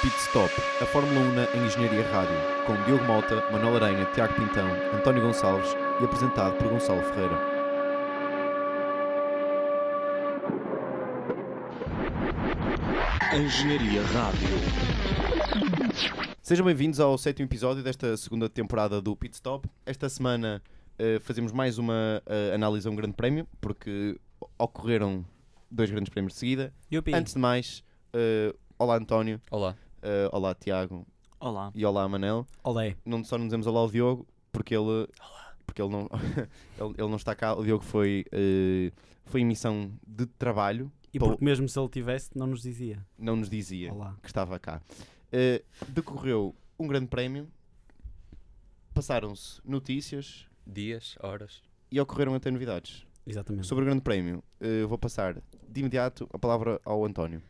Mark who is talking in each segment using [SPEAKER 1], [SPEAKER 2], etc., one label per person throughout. [SPEAKER 1] Pit Stop, a Fórmula 1 na em Engenharia Rádio, com Diogo Malta, Manuel Aranha, Tiago Pintão, António Gonçalves e apresentado por Gonçalo Ferreira.
[SPEAKER 2] Engenharia Rádio.
[SPEAKER 1] Sejam bem-vindos ao sétimo episódio desta segunda temporada do Pit Stop. Esta semana uh, fazemos mais uma uh, análise a um grande prémio, porque ocorreram dois grandes prémios de seguida.
[SPEAKER 3] Yupi.
[SPEAKER 1] Antes de mais, uh, olá António. eh,
[SPEAKER 3] Olá.
[SPEAKER 1] olá Tiago.
[SPEAKER 3] Olá.
[SPEAKER 1] E olá Manel.
[SPEAKER 3] Olé.
[SPEAKER 1] Não só não dizemos olá ao Diogo, porque ele... Olá. Porque ele não, ele, ele, não está cá. O Diogo foi, eh, foi em missão de trabalho.
[SPEAKER 3] E porque mesmo se ele tivesse, não nos dizia.
[SPEAKER 1] Não nos dizia Olá. que estava cá. Uh, decorreu um grande prémio, passaram-se notícias.
[SPEAKER 4] Dias, horas.
[SPEAKER 1] E ocorreram até novidades.
[SPEAKER 3] Exatamente.
[SPEAKER 1] Sobre o grande prémio, uh, vou passar de imediato a palavra ao António.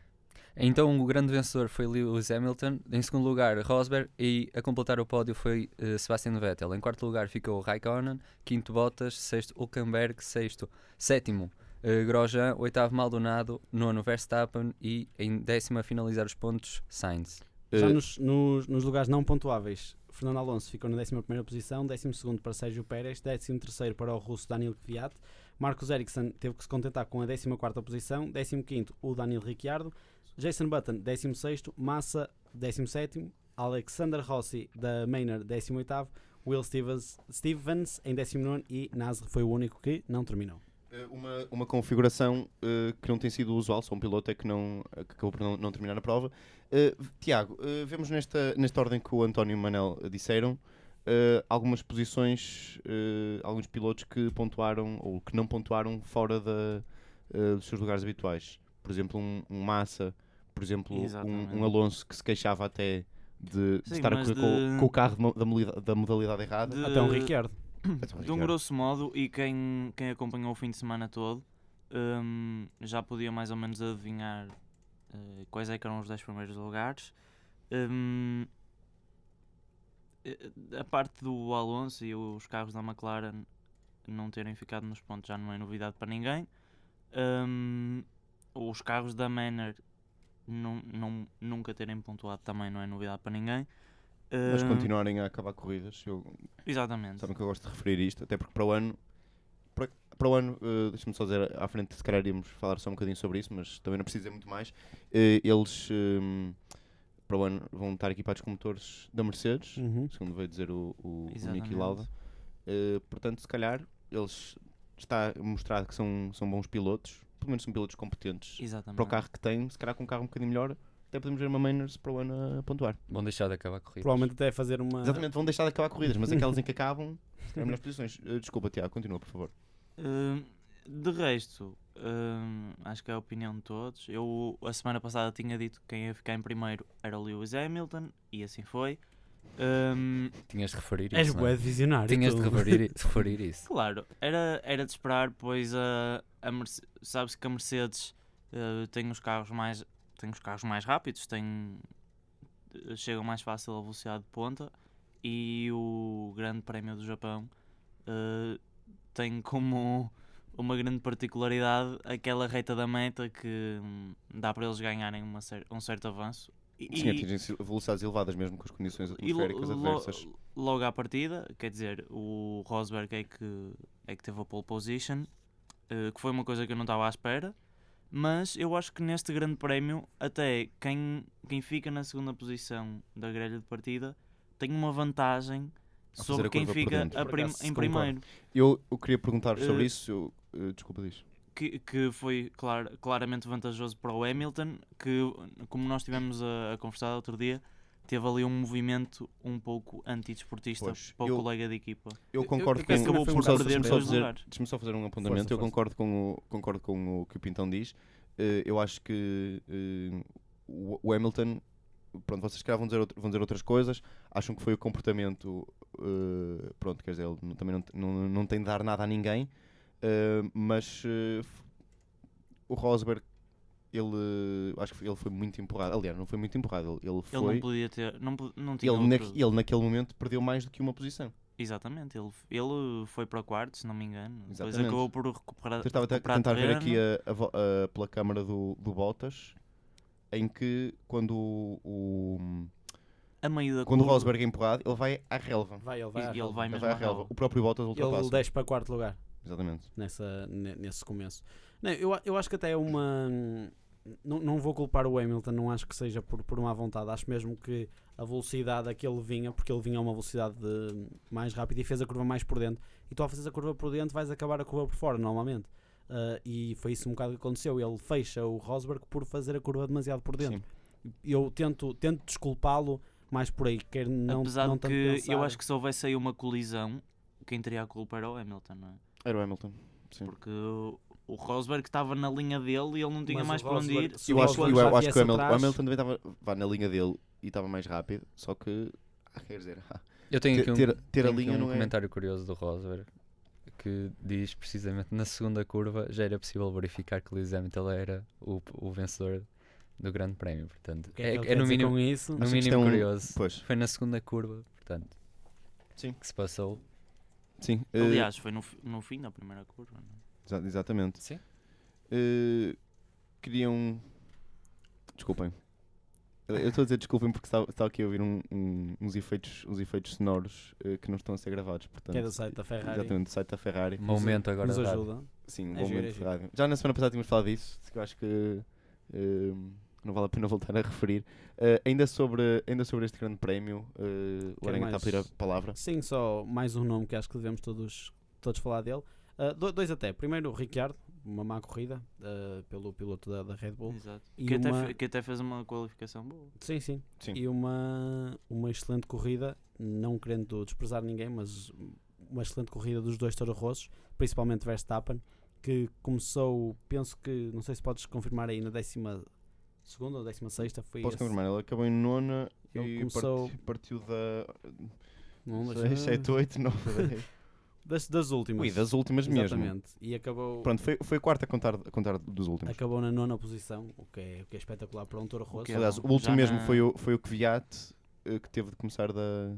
[SPEAKER 4] Então o grande vencedor foi Lewis Hamilton, em segundo lugar Rosberg e a completar o pódio foi uh, Sebastian Vettel. Em quarto lugar ficou Raikkonen, quinto Bottas, sexto Hülkenberg, sexto, sétimo Uh, Grosjean, oitavo Maldonado, nono Verstappen e em décima a finalizar os pontos Sainz.
[SPEAKER 1] Eh,
[SPEAKER 3] Já uh, nos, nos, nos, lugares não pontuáveis, Fernando Alonso ficou na 11 posição, 12 para Sérgio Pérez, 13 para o russo Daniel Kvyat, Marcos Ericsson teve que se contentar com a 14 posição, 15 o Daniel Ricciardo, Jason Button 16, Massa 17, Alexander Rossi da Maynard 18, Will Stevens, Stevens em 19 e Nasr foi o único que não terminou.
[SPEAKER 1] Eh, Uma, uma configuração uh, que não tem sido usual, só um piloto é que, não, que acabou por não, não terminar a prova. Uh, Tiago, uh, vemos nesta, nesta ordem que o António e o Manel eh, disseram eh, algumas posições, eh, alguns pilotos que pontuaram ou que não pontuaram fora da, eh, dos seus lugares habituais. Por exemplo, um, um Massa, por exemplo, um, um Alonso que se queixava até de, Sim, de estar com, de... com, o carro da, da modalidade errada. Ah, então,
[SPEAKER 3] De... Até um Ricciardo.
[SPEAKER 5] De um grosso modo, e quem, quem acompanhou o fim de semana todo um, já podia mais ou menos adivinhar uh, quais é eram os 10 primeiros lugares. Um, eh, a parte do Alonso e os carros da McLaren não terem ficado nos pontos já não é novidade para ninguém. Um, os carros da Manor não, não, nunca terem pontuado também não é novidade para ninguém. Hum,
[SPEAKER 1] Mas continuarem a acabar corridas. Eu...
[SPEAKER 5] Exatamente.
[SPEAKER 1] Sabem que eu gosto de referir isto, até porque para o ano. Para, para o ano, uh, deixa-me só dizer, à frente se calhar iríamos falar só um bocadinho sobre isso, mas também não precisa dizer muito mais. Uh, eles um, para o ano vão estar equipados com motores da Mercedes, uhum. segundo veio dizer o, o, o Niki Lauda. Uh, portanto, se calhar eles está mostrado que são, são bons pilotos, pelo menos são pilotos competentes
[SPEAKER 5] Exatamente.
[SPEAKER 1] para o carro que têm, se calhar com um carro um bocadinho melhor, até podemos ver uma Mainers para o ano a pontuar.
[SPEAKER 4] Vão deixar de acabar corridas.
[SPEAKER 3] Provavelmente até fazer uma.
[SPEAKER 1] Exatamente, vão deixar de acabar corridas, mas aquelas em que acabam é melhores posições. Desculpa, Tiago, continua, por favor.
[SPEAKER 5] Uh, de resto, uh, acho que é a opinião de todos. Eu, a semana passada, tinha dito que quem ia ficar em primeiro era o Lewis Hamilton, e assim foi. Um,
[SPEAKER 4] Tinhas de referir isso. é?
[SPEAKER 3] És bué visionário.
[SPEAKER 4] Tinhas de referir, de referir, isso.
[SPEAKER 5] Claro, era, era de esperar, pois a, a sabes que a Mercedes uh, tem os carros mais tem os carros mais rápidos, tem, chegam mais fácil a velocidade de ponta e o Grande Prémio do Japão uh, tem como uma grande particularidade aquela reta da meta que um, dá para eles ganharem uma cer um certo avanço.
[SPEAKER 1] E, Sim, atingem velocidades elevadas mesmo com as condições atmosféricas lo adversas.
[SPEAKER 5] Logo à partida, quer dizer, o Rosberg é que, é que teve a pole position, uh, que foi uma coisa que eu não estava à espera mas eu acho que neste grande prémio até quem, quem fica na segunda posição da grelha de partida tem uma vantagem sobre quem fica prim em primeiro.
[SPEAKER 1] Eu, eu queria perguntar sobre uh, isso, eu, uh, desculpa diz.
[SPEAKER 5] Que, que foi clar, claramente vantajoso para o Hamilton, que como nós tivemos a, a conversar outro dia, teve ali um movimento um pouco
[SPEAKER 1] é
[SPEAKER 5] antidesportista pois, para o eu, colega de equipa.
[SPEAKER 1] Eu concordo eu, eu, eu com o Deixa-me só, deixa só fazer um apontamento. Força, eu força. Concordo, com o, concordo com o que o Pintão diz. Uh, eu acho que uh, o, o, Hamilton. Pronto, vocês calhar vão dizer, outro, vão dizer outras coisas, acham que foi o comportamento. Uh, pronto, quer dizer, ele não, também não, não, não tem de dar nada a ninguém, Eh, mas o Rosberg ele acho que ele foi muito empurrado. Aliás, não foi muito empurrado. Ele, ele foi.
[SPEAKER 5] Ele não podia ter. Não, não tinha
[SPEAKER 1] ele, naque, ele naquele momento perdeu mais do que uma posição.
[SPEAKER 5] Exatamente, ele, ele foi para quarto, se não me engano. Exatamente. Depois acabou por recuperar.
[SPEAKER 1] Eu estava a tentar terreno. ver aqui a, a, a, pela câmara do, do Bottas. em que quando o, o-
[SPEAKER 5] A meio da
[SPEAKER 1] quando o
[SPEAKER 5] curva,
[SPEAKER 1] Rosberg é empurrado, ele vai à relva.
[SPEAKER 3] Vai, ele vai.
[SPEAKER 5] e-
[SPEAKER 3] à
[SPEAKER 5] e ele
[SPEAKER 3] relva.
[SPEAKER 5] vai
[SPEAKER 1] Ele
[SPEAKER 5] mesmo
[SPEAKER 1] vai à
[SPEAKER 5] à
[SPEAKER 1] relva.
[SPEAKER 5] relva.
[SPEAKER 1] O próprio Bottas
[SPEAKER 3] Ele
[SPEAKER 1] ultrapassa.
[SPEAKER 3] desce para quarto lugar
[SPEAKER 1] Exatamente.
[SPEAKER 3] nessa, ne- nesse começo. Não, eu, a- eu acho que até é uma. Não, não vou culpar o Hamilton, não acho que seja por, por uma vontade. Acho mesmo que a velocidade a que ele vinha, porque ele vinha a uma velocidade de- mais rápida e fez a curva mais por dentro. E tu, ao fazeres a curva por dentro, vais acabar a curva por fora, normalmente. Ah, e foi isso um bocado que aconteceu. Ele fecha o Rosberg por fazer a curva demasiado por dentro.
[SPEAKER 1] Sim.
[SPEAKER 3] Eu tento, tento desculpá-lo mais por aí, quero não,
[SPEAKER 5] Apesar
[SPEAKER 3] não
[SPEAKER 5] de
[SPEAKER 3] tanto
[SPEAKER 5] que
[SPEAKER 3] pensar.
[SPEAKER 5] eu acho que se houvesse aí uma colisão, quem teria a culpa era o Hamilton, não é?
[SPEAKER 1] Era o Hamilton. Sim.
[SPEAKER 5] Porque o- o Rosberg estava na linha dele e ele não tinha
[SPEAKER 3] Mas o
[SPEAKER 5] mais para onde
[SPEAKER 3] Rosberg-
[SPEAKER 5] ir.
[SPEAKER 3] se
[SPEAKER 1] Eu acho,
[SPEAKER 3] Rosberg
[SPEAKER 1] eu
[SPEAKER 3] já
[SPEAKER 1] acho que
[SPEAKER 3] viesse
[SPEAKER 1] o Hamilton,
[SPEAKER 3] atrás-
[SPEAKER 1] o Hamilton também estava vá na linha dele e estava mais rápido, só que. ah, Quer dizer, ah,
[SPEAKER 4] Eu tenho
[SPEAKER 1] ter,
[SPEAKER 4] aqui um,
[SPEAKER 1] ter- ter a
[SPEAKER 4] tenho aqui
[SPEAKER 1] linha
[SPEAKER 4] um
[SPEAKER 1] não é.
[SPEAKER 4] comentário curioso do Rosberg que diz precisamente na segunda curva já era possível verificar que Lewis Hamilton era o, o vencedor do Grande Prémio. Portanto,
[SPEAKER 3] O que é,
[SPEAKER 4] é,
[SPEAKER 3] que ele
[SPEAKER 4] é
[SPEAKER 3] quer
[SPEAKER 4] no
[SPEAKER 3] dizer
[SPEAKER 4] mínimo,
[SPEAKER 3] com isso?
[SPEAKER 4] no
[SPEAKER 1] Acho que isto
[SPEAKER 4] mínimo
[SPEAKER 1] é um-
[SPEAKER 4] curioso.
[SPEAKER 1] Pois,
[SPEAKER 4] Foi na segunda curva, portanto,
[SPEAKER 1] Sim.
[SPEAKER 4] que se passou.
[SPEAKER 1] sim. eh,
[SPEAKER 5] Aliás, foi no, fi- no fim da primeira curva. não é?
[SPEAKER 1] exa- exatamente.
[SPEAKER 4] Sim.
[SPEAKER 1] Eh, queriam. Desculpem. Eu eu estou a dizer desculpem porque está, está aqui a ouvir um- um- uns, efeitos, uns efeitos sonoros eh, que não estão a ser gravados. Portanto,
[SPEAKER 3] Que é do site da Ferrari.
[SPEAKER 1] Exatamente, do site da Ferrari.
[SPEAKER 4] Momento agora.
[SPEAKER 3] Nos
[SPEAKER 4] de rádio.
[SPEAKER 3] ajuda.
[SPEAKER 1] Sim, um
[SPEAKER 3] É
[SPEAKER 1] bom
[SPEAKER 3] giro, é
[SPEAKER 1] momento de
[SPEAKER 3] giro.
[SPEAKER 1] rádio. Já na semana passada tínhamos falado disso, que eu acho que eh, não vale a pena voltar a referir. Eh, ainda, sobre, ainda sobre este grande prémio, eh, o
[SPEAKER 3] Quer
[SPEAKER 1] Aranha está a
[SPEAKER 3] mais?
[SPEAKER 1] pedir a palavra.
[SPEAKER 3] Sim, só mais um nome que acho que devemos todos, todos falar dele. Ah, do- dois até. Primeiro, o Ricciardo, uma má corrida ah, pelo piloto da, da Red Bull.
[SPEAKER 5] Exato.
[SPEAKER 3] E
[SPEAKER 5] Hum. que, até
[SPEAKER 3] uma-
[SPEAKER 5] fe- que até fez uma qualificação boa.
[SPEAKER 3] Sim, sim.
[SPEAKER 1] Sim.
[SPEAKER 3] E uma, uma excelente corrida, não querendo desprezar ninguém, mas uma excelente corrida dos dois Toro Rossos, principalmente Verstappen, que começou, penso que, não sei se podes confirmar aí, na décima segunda ou décima sexta, foi
[SPEAKER 1] Posso
[SPEAKER 3] esse.
[SPEAKER 1] confirmar, ele acabou em nona
[SPEAKER 3] Ele
[SPEAKER 1] e
[SPEAKER 3] começou-
[SPEAKER 1] parti- partiu da
[SPEAKER 3] Não, das-
[SPEAKER 1] 6, 7, 8, 9.
[SPEAKER 3] das, das últimas.
[SPEAKER 1] é Ui, das últimas mesmo.
[SPEAKER 3] Exatamente. E acabou...
[SPEAKER 1] Tipo, Pronto, foi, foi a quarta a contar, a contar dos últimos.
[SPEAKER 3] Acabou na nona posição, o que é, o que é espetacular para um Toro Rosso.
[SPEAKER 5] que é
[SPEAKER 1] Aliás,
[SPEAKER 5] bom.
[SPEAKER 1] o último
[SPEAKER 5] Já
[SPEAKER 1] mesmo
[SPEAKER 5] na-
[SPEAKER 1] foi o, foi o Kvyat eh, que teve de começar da,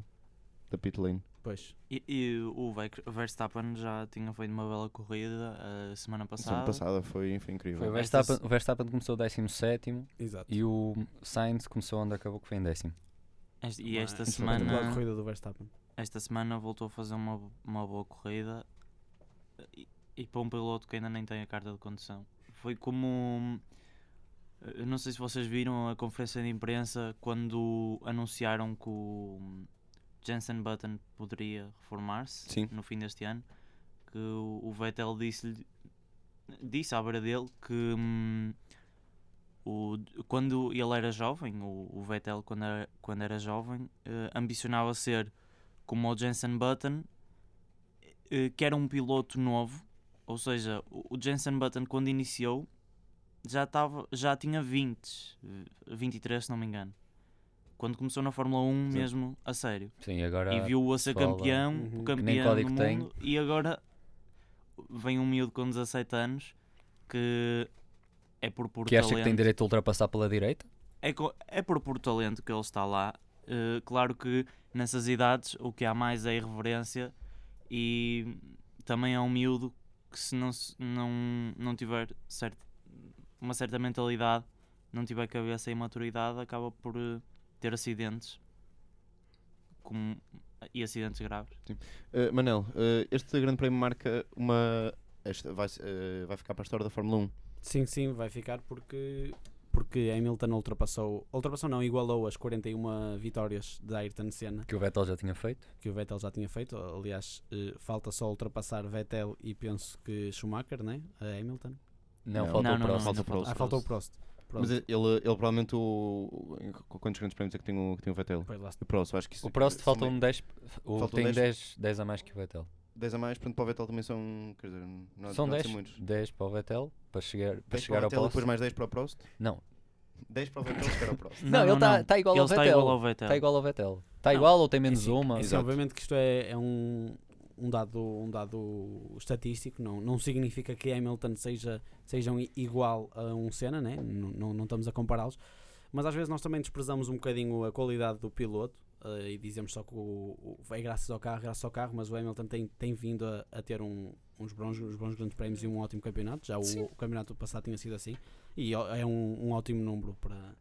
[SPEAKER 1] da pit lane.
[SPEAKER 3] Pois,
[SPEAKER 5] E, e o Ver- Verstappen já tinha feito uma bela corrida a semana
[SPEAKER 1] A
[SPEAKER 5] passada.
[SPEAKER 1] semana passada foi, foi incrível.
[SPEAKER 4] Foi o
[SPEAKER 5] Esta
[SPEAKER 4] Verstappen, o Verstappen começou 17
[SPEAKER 3] exato.
[SPEAKER 4] e o Sainz começou onde acabou, que foi em décimo.
[SPEAKER 5] Este- e
[SPEAKER 3] Uma
[SPEAKER 5] esta
[SPEAKER 1] espetacular
[SPEAKER 5] semana,
[SPEAKER 3] é espetacular corrida do Verstappen.
[SPEAKER 5] esta semana voltou a fazer uma, uma boa corrida. E, e para um piloto que ainda nem tem a carta de condução. Foi como. eh, Eu não sei se vocês viram a conferência de imprensa quando anunciaram que o hum, Jensen Button poderia reformar-se
[SPEAKER 1] Sim.
[SPEAKER 5] no fim deste ano. Que o o Vettel disse-lhe disse à beira dele que hum, o, quando ele era jovem, o, o Vettel quando era, quando era jovem, eh, ambicionava ser como o Jensen Button, eh, que era um piloto novo, ou seja, o, o Jensen Button quando iniciou já, tava, já tinha 20, eh, 23 se não me engano. Quando começou na Fórmula 1
[SPEAKER 1] Sim.
[SPEAKER 5] mesmo, a sério
[SPEAKER 4] Sim, agora
[SPEAKER 5] e viu-o a ser
[SPEAKER 4] pessoal, ah,
[SPEAKER 5] campeão,
[SPEAKER 3] Uhum. Que
[SPEAKER 5] o
[SPEAKER 3] nem
[SPEAKER 5] campeão do
[SPEAKER 4] código
[SPEAKER 5] mundo,
[SPEAKER 4] tem.
[SPEAKER 5] e agora vem um miúdo com 17 anos que é por puro
[SPEAKER 4] que acha
[SPEAKER 5] talento.
[SPEAKER 4] que tem direito a ultrapassar pela direita.
[SPEAKER 5] É, co- é por puro talento que ele está lá. Eh, claro que nessas idades o que há mais é irreverência e também é um miúdo que se não, se- não, não tiver certo, uma certa mentalidade, não tiver cabeça e maturidade, acaba por eh, ter acidentes como, e acidentes graves.
[SPEAKER 1] Uh, Manel, uh, este grande prémio marca uma. Esta vai, uh, vai ficar para a história da Fórmula 1.
[SPEAKER 3] Sim, sim, vai ficar porque, porque Hamilton ultrapassou, ultrapassou não, igualou as 41 vitórias de Ayrton Senna
[SPEAKER 4] Que o Vettel já tinha feito.
[SPEAKER 3] que o Vettel já tinha feito. Aliás, eh, falta só ultrapassar Vettel e penso que Schumacher, né? A Hamilton.
[SPEAKER 4] Não,
[SPEAKER 1] Não.
[SPEAKER 4] falta
[SPEAKER 5] Não,
[SPEAKER 4] o
[SPEAKER 5] não, não,
[SPEAKER 4] próximo.
[SPEAKER 1] Falta o próximo.
[SPEAKER 3] Ah, falta o Prost. Pronto.
[SPEAKER 1] Mas é- ele, ele provavelmente. O, o- qu- quantos grandes prémios é que tem o, que tem o Vettel?
[SPEAKER 3] Pois lá está.
[SPEAKER 1] O Prost, eu acho que isso.
[SPEAKER 4] O Prost um
[SPEAKER 1] isso
[SPEAKER 4] faltam
[SPEAKER 1] também-
[SPEAKER 4] 10, o,
[SPEAKER 1] Faltam
[SPEAKER 4] tem
[SPEAKER 1] 10.
[SPEAKER 4] 10, 10 a mais que o Vettel.
[SPEAKER 1] 10 a mais, portanto, para o Vettel também são. Quer dizer, não há-
[SPEAKER 4] São
[SPEAKER 1] não há de
[SPEAKER 4] 10,
[SPEAKER 1] ser muitos.
[SPEAKER 4] 10 para o Vettel, para chegar, para
[SPEAKER 1] 10
[SPEAKER 4] chegar
[SPEAKER 1] para o Vettel e
[SPEAKER 4] ao Prost.
[SPEAKER 1] depois mais 10 para o Prost?
[SPEAKER 4] Não.
[SPEAKER 1] 10 para o Vettel e chegar ao Prost.
[SPEAKER 4] Não, ele está tá igual,
[SPEAKER 5] Ele
[SPEAKER 4] ao
[SPEAKER 5] está
[SPEAKER 4] Vettel.
[SPEAKER 5] igual ao Vettel.
[SPEAKER 4] Está igual ao Vettel. Está
[SPEAKER 5] Não.
[SPEAKER 4] igual ou tem menos
[SPEAKER 3] Assim,
[SPEAKER 4] uma?
[SPEAKER 3] assim,
[SPEAKER 1] Exato.
[SPEAKER 3] obviamente que isto é, é um, um, dado, um dado estatístico, não, não significa que Hamilton seja, sejam i- igual a um Senna, né? não, não, não estamos a compará-los, mas às vezes nós também desprezamos um bocadinho a qualidade do piloto eh, e dizemos só que o, o, é graças ao carro, graças ao carro, mas o Hamilton tem, tem vindo a, a ter um, uns, bons, uns bons grandes prémios e um ótimo campeonato, já o, o campeonato passado tinha sido assim, e ó- é um, um ótimo número para,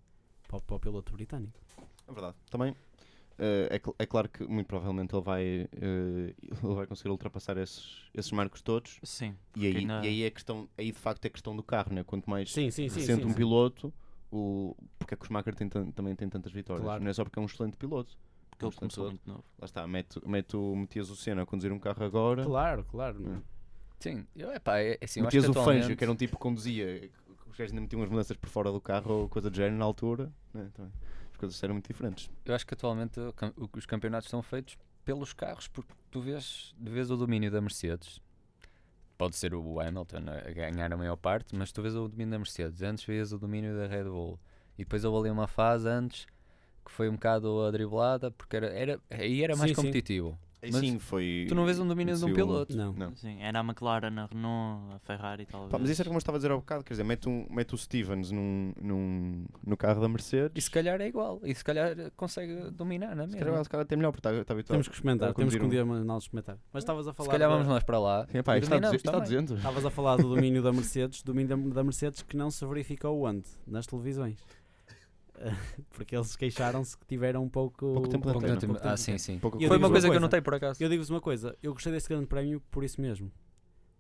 [SPEAKER 3] para, o- para o piloto britânico.
[SPEAKER 1] É verdade. Também eh, é, cl- é claro que muito provavelmente ele vai, eh, ele vai conseguir ultrapassar esses, esses marcos todos.
[SPEAKER 5] Sim.
[SPEAKER 1] E aí,
[SPEAKER 5] ainda-
[SPEAKER 1] e aí é questão, aí de facto é questão do carro, né? Quanto mais
[SPEAKER 3] Sim, sim, sim.
[SPEAKER 1] recente
[SPEAKER 3] sim,
[SPEAKER 1] um
[SPEAKER 3] sim.
[SPEAKER 1] piloto, o, porque é que o Schumacher tem tan- também tem tantas vitórias.
[SPEAKER 3] Claro.
[SPEAKER 1] Não é só porque é um excelente piloto.
[SPEAKER 5] Porque ele
[SPEAKER 1] Portanto,
[SPEAKER 5] começou
[SPEAKER 1] outro.
[SPEAKER 5] muito novo.
[SPEAKER 1] Lá está, mete, mete, o- metias o Senna a conduzir um carro agora,
[SPEAKER 3] Claro, claro.
[SPEAKER 1] é?
[SPEAKER 4] Sim, eu, epá, é assim, eu acho
[SPEAKER 1] metias
[SPEAKER 4] que
[SPEAKER 1] o Fangio,
[SPEAKER 4] atualmente...
[SPEAKER 1] que era um tipo que conduzia, que os gajos ainda metiam as mudanças por fora do carro ou coisa do género na altura. Né? Também. As coisas eram muito diferentes.
[SPEAKER 4] Eu acho que atualmente o cam- o que os campeonatos são feitos pelos carros, porque tu vês, tu vês o domínio da Mercedes. Pode ser o Hamilton a ganhar a maior parte, mas tu vês o domínio da Mercedes. Antes vês o domínio da Red Bull. E depois houve ali uma fase antes que foi um bocado a driblada, porque era, era, aí era mais
[SPEAKER 3] Sim, sim.
[SPEAKER 4] competitivo.
[SPEAKER 1] Aí
[SPEAKER 4] Mas
[SPEAKER 1] sim, foi.
[SPEAKER 4] Tu não vês um domínio de um
[SPEAKER 1] aconteceu-
[SPEAKER 4] piloto.
[SPEAKER 3] Não.
[SPEAKER 1] Não.
[SPEAKER 5] Sim, era a McLaren, a Renault, a Ferrari, talvez.
[SPEAKER 1] Pá, mas
[SPEAKER 4] é
[SPEAKER 1] isso era como eu estava a dizer há bocado, quer dizer, mete, um, mete o Stevens num, num, no carro da
[SPEAKER 4] E
[SPEAKER 1] Mercedes.
[SPEAKER 4] se calhar é igual. E se calhar consegue dominar, não é
[SPEAKER 1] Se calhar
[SPEAKER 4] mesmo?
[SPEAKER 1] esse cara até melhor, porque está, está habituado.
[SPEAKER 3] Temos que experimentar,
[SPEAKER 1] Ou
[SPEAKER 3] temos que um
[SPEAKER 1] conduzir
[SPEAKER 3] dia nós experimentar. Mas estavas a falar.
[SPEAKER 4] Se calhar
[SPEAKER 3] da-
[SPEAKER 4] vamos nós para lá.
[SPEAKER 1] Sim, pá,
[SPEAKER 4] e
[SPEAKER 1] isto está, a dizer- isto
[SPEAKER 4] dominamos
[SPEAKER 1] está
[SPEAKER 4] também.
[SPEAKER 1] 200.
[SPEAKER 3] Estavas a falar do domínio da Mercedes, domínio da, da Mercedes que não se verificou onde? Nas televisões. Porque eles queixaram-se que tiveram um pouco.
[SPEAKER 1] Pouco tempo de
[SPEAKER 4] Pouco
[SPEAKER 1] antena.
[SPEAKER 4] tempo-
[SPEAKER 3] pouco
[SPEAKER 4] Ah,
[SPEAKER 3] tempo.
[SPEAKER 4] sim, sim.
[SPEAKER 1] Pouco
[SPEAKER 3] Eu
[SPEAKER 4] Foi
[SPEAKER 3] digo
[SPEAKER 4] uma
[SPEAKER 3] uma
[SPEAKER 4] coisa que eu
[SPEAKER 3] coisa.
[SPEAKER 4] notei por acaso.
[SPEAKER 3] Eu digo-vos uma coisa, eu gostei desse grande prémio por isso mesmo.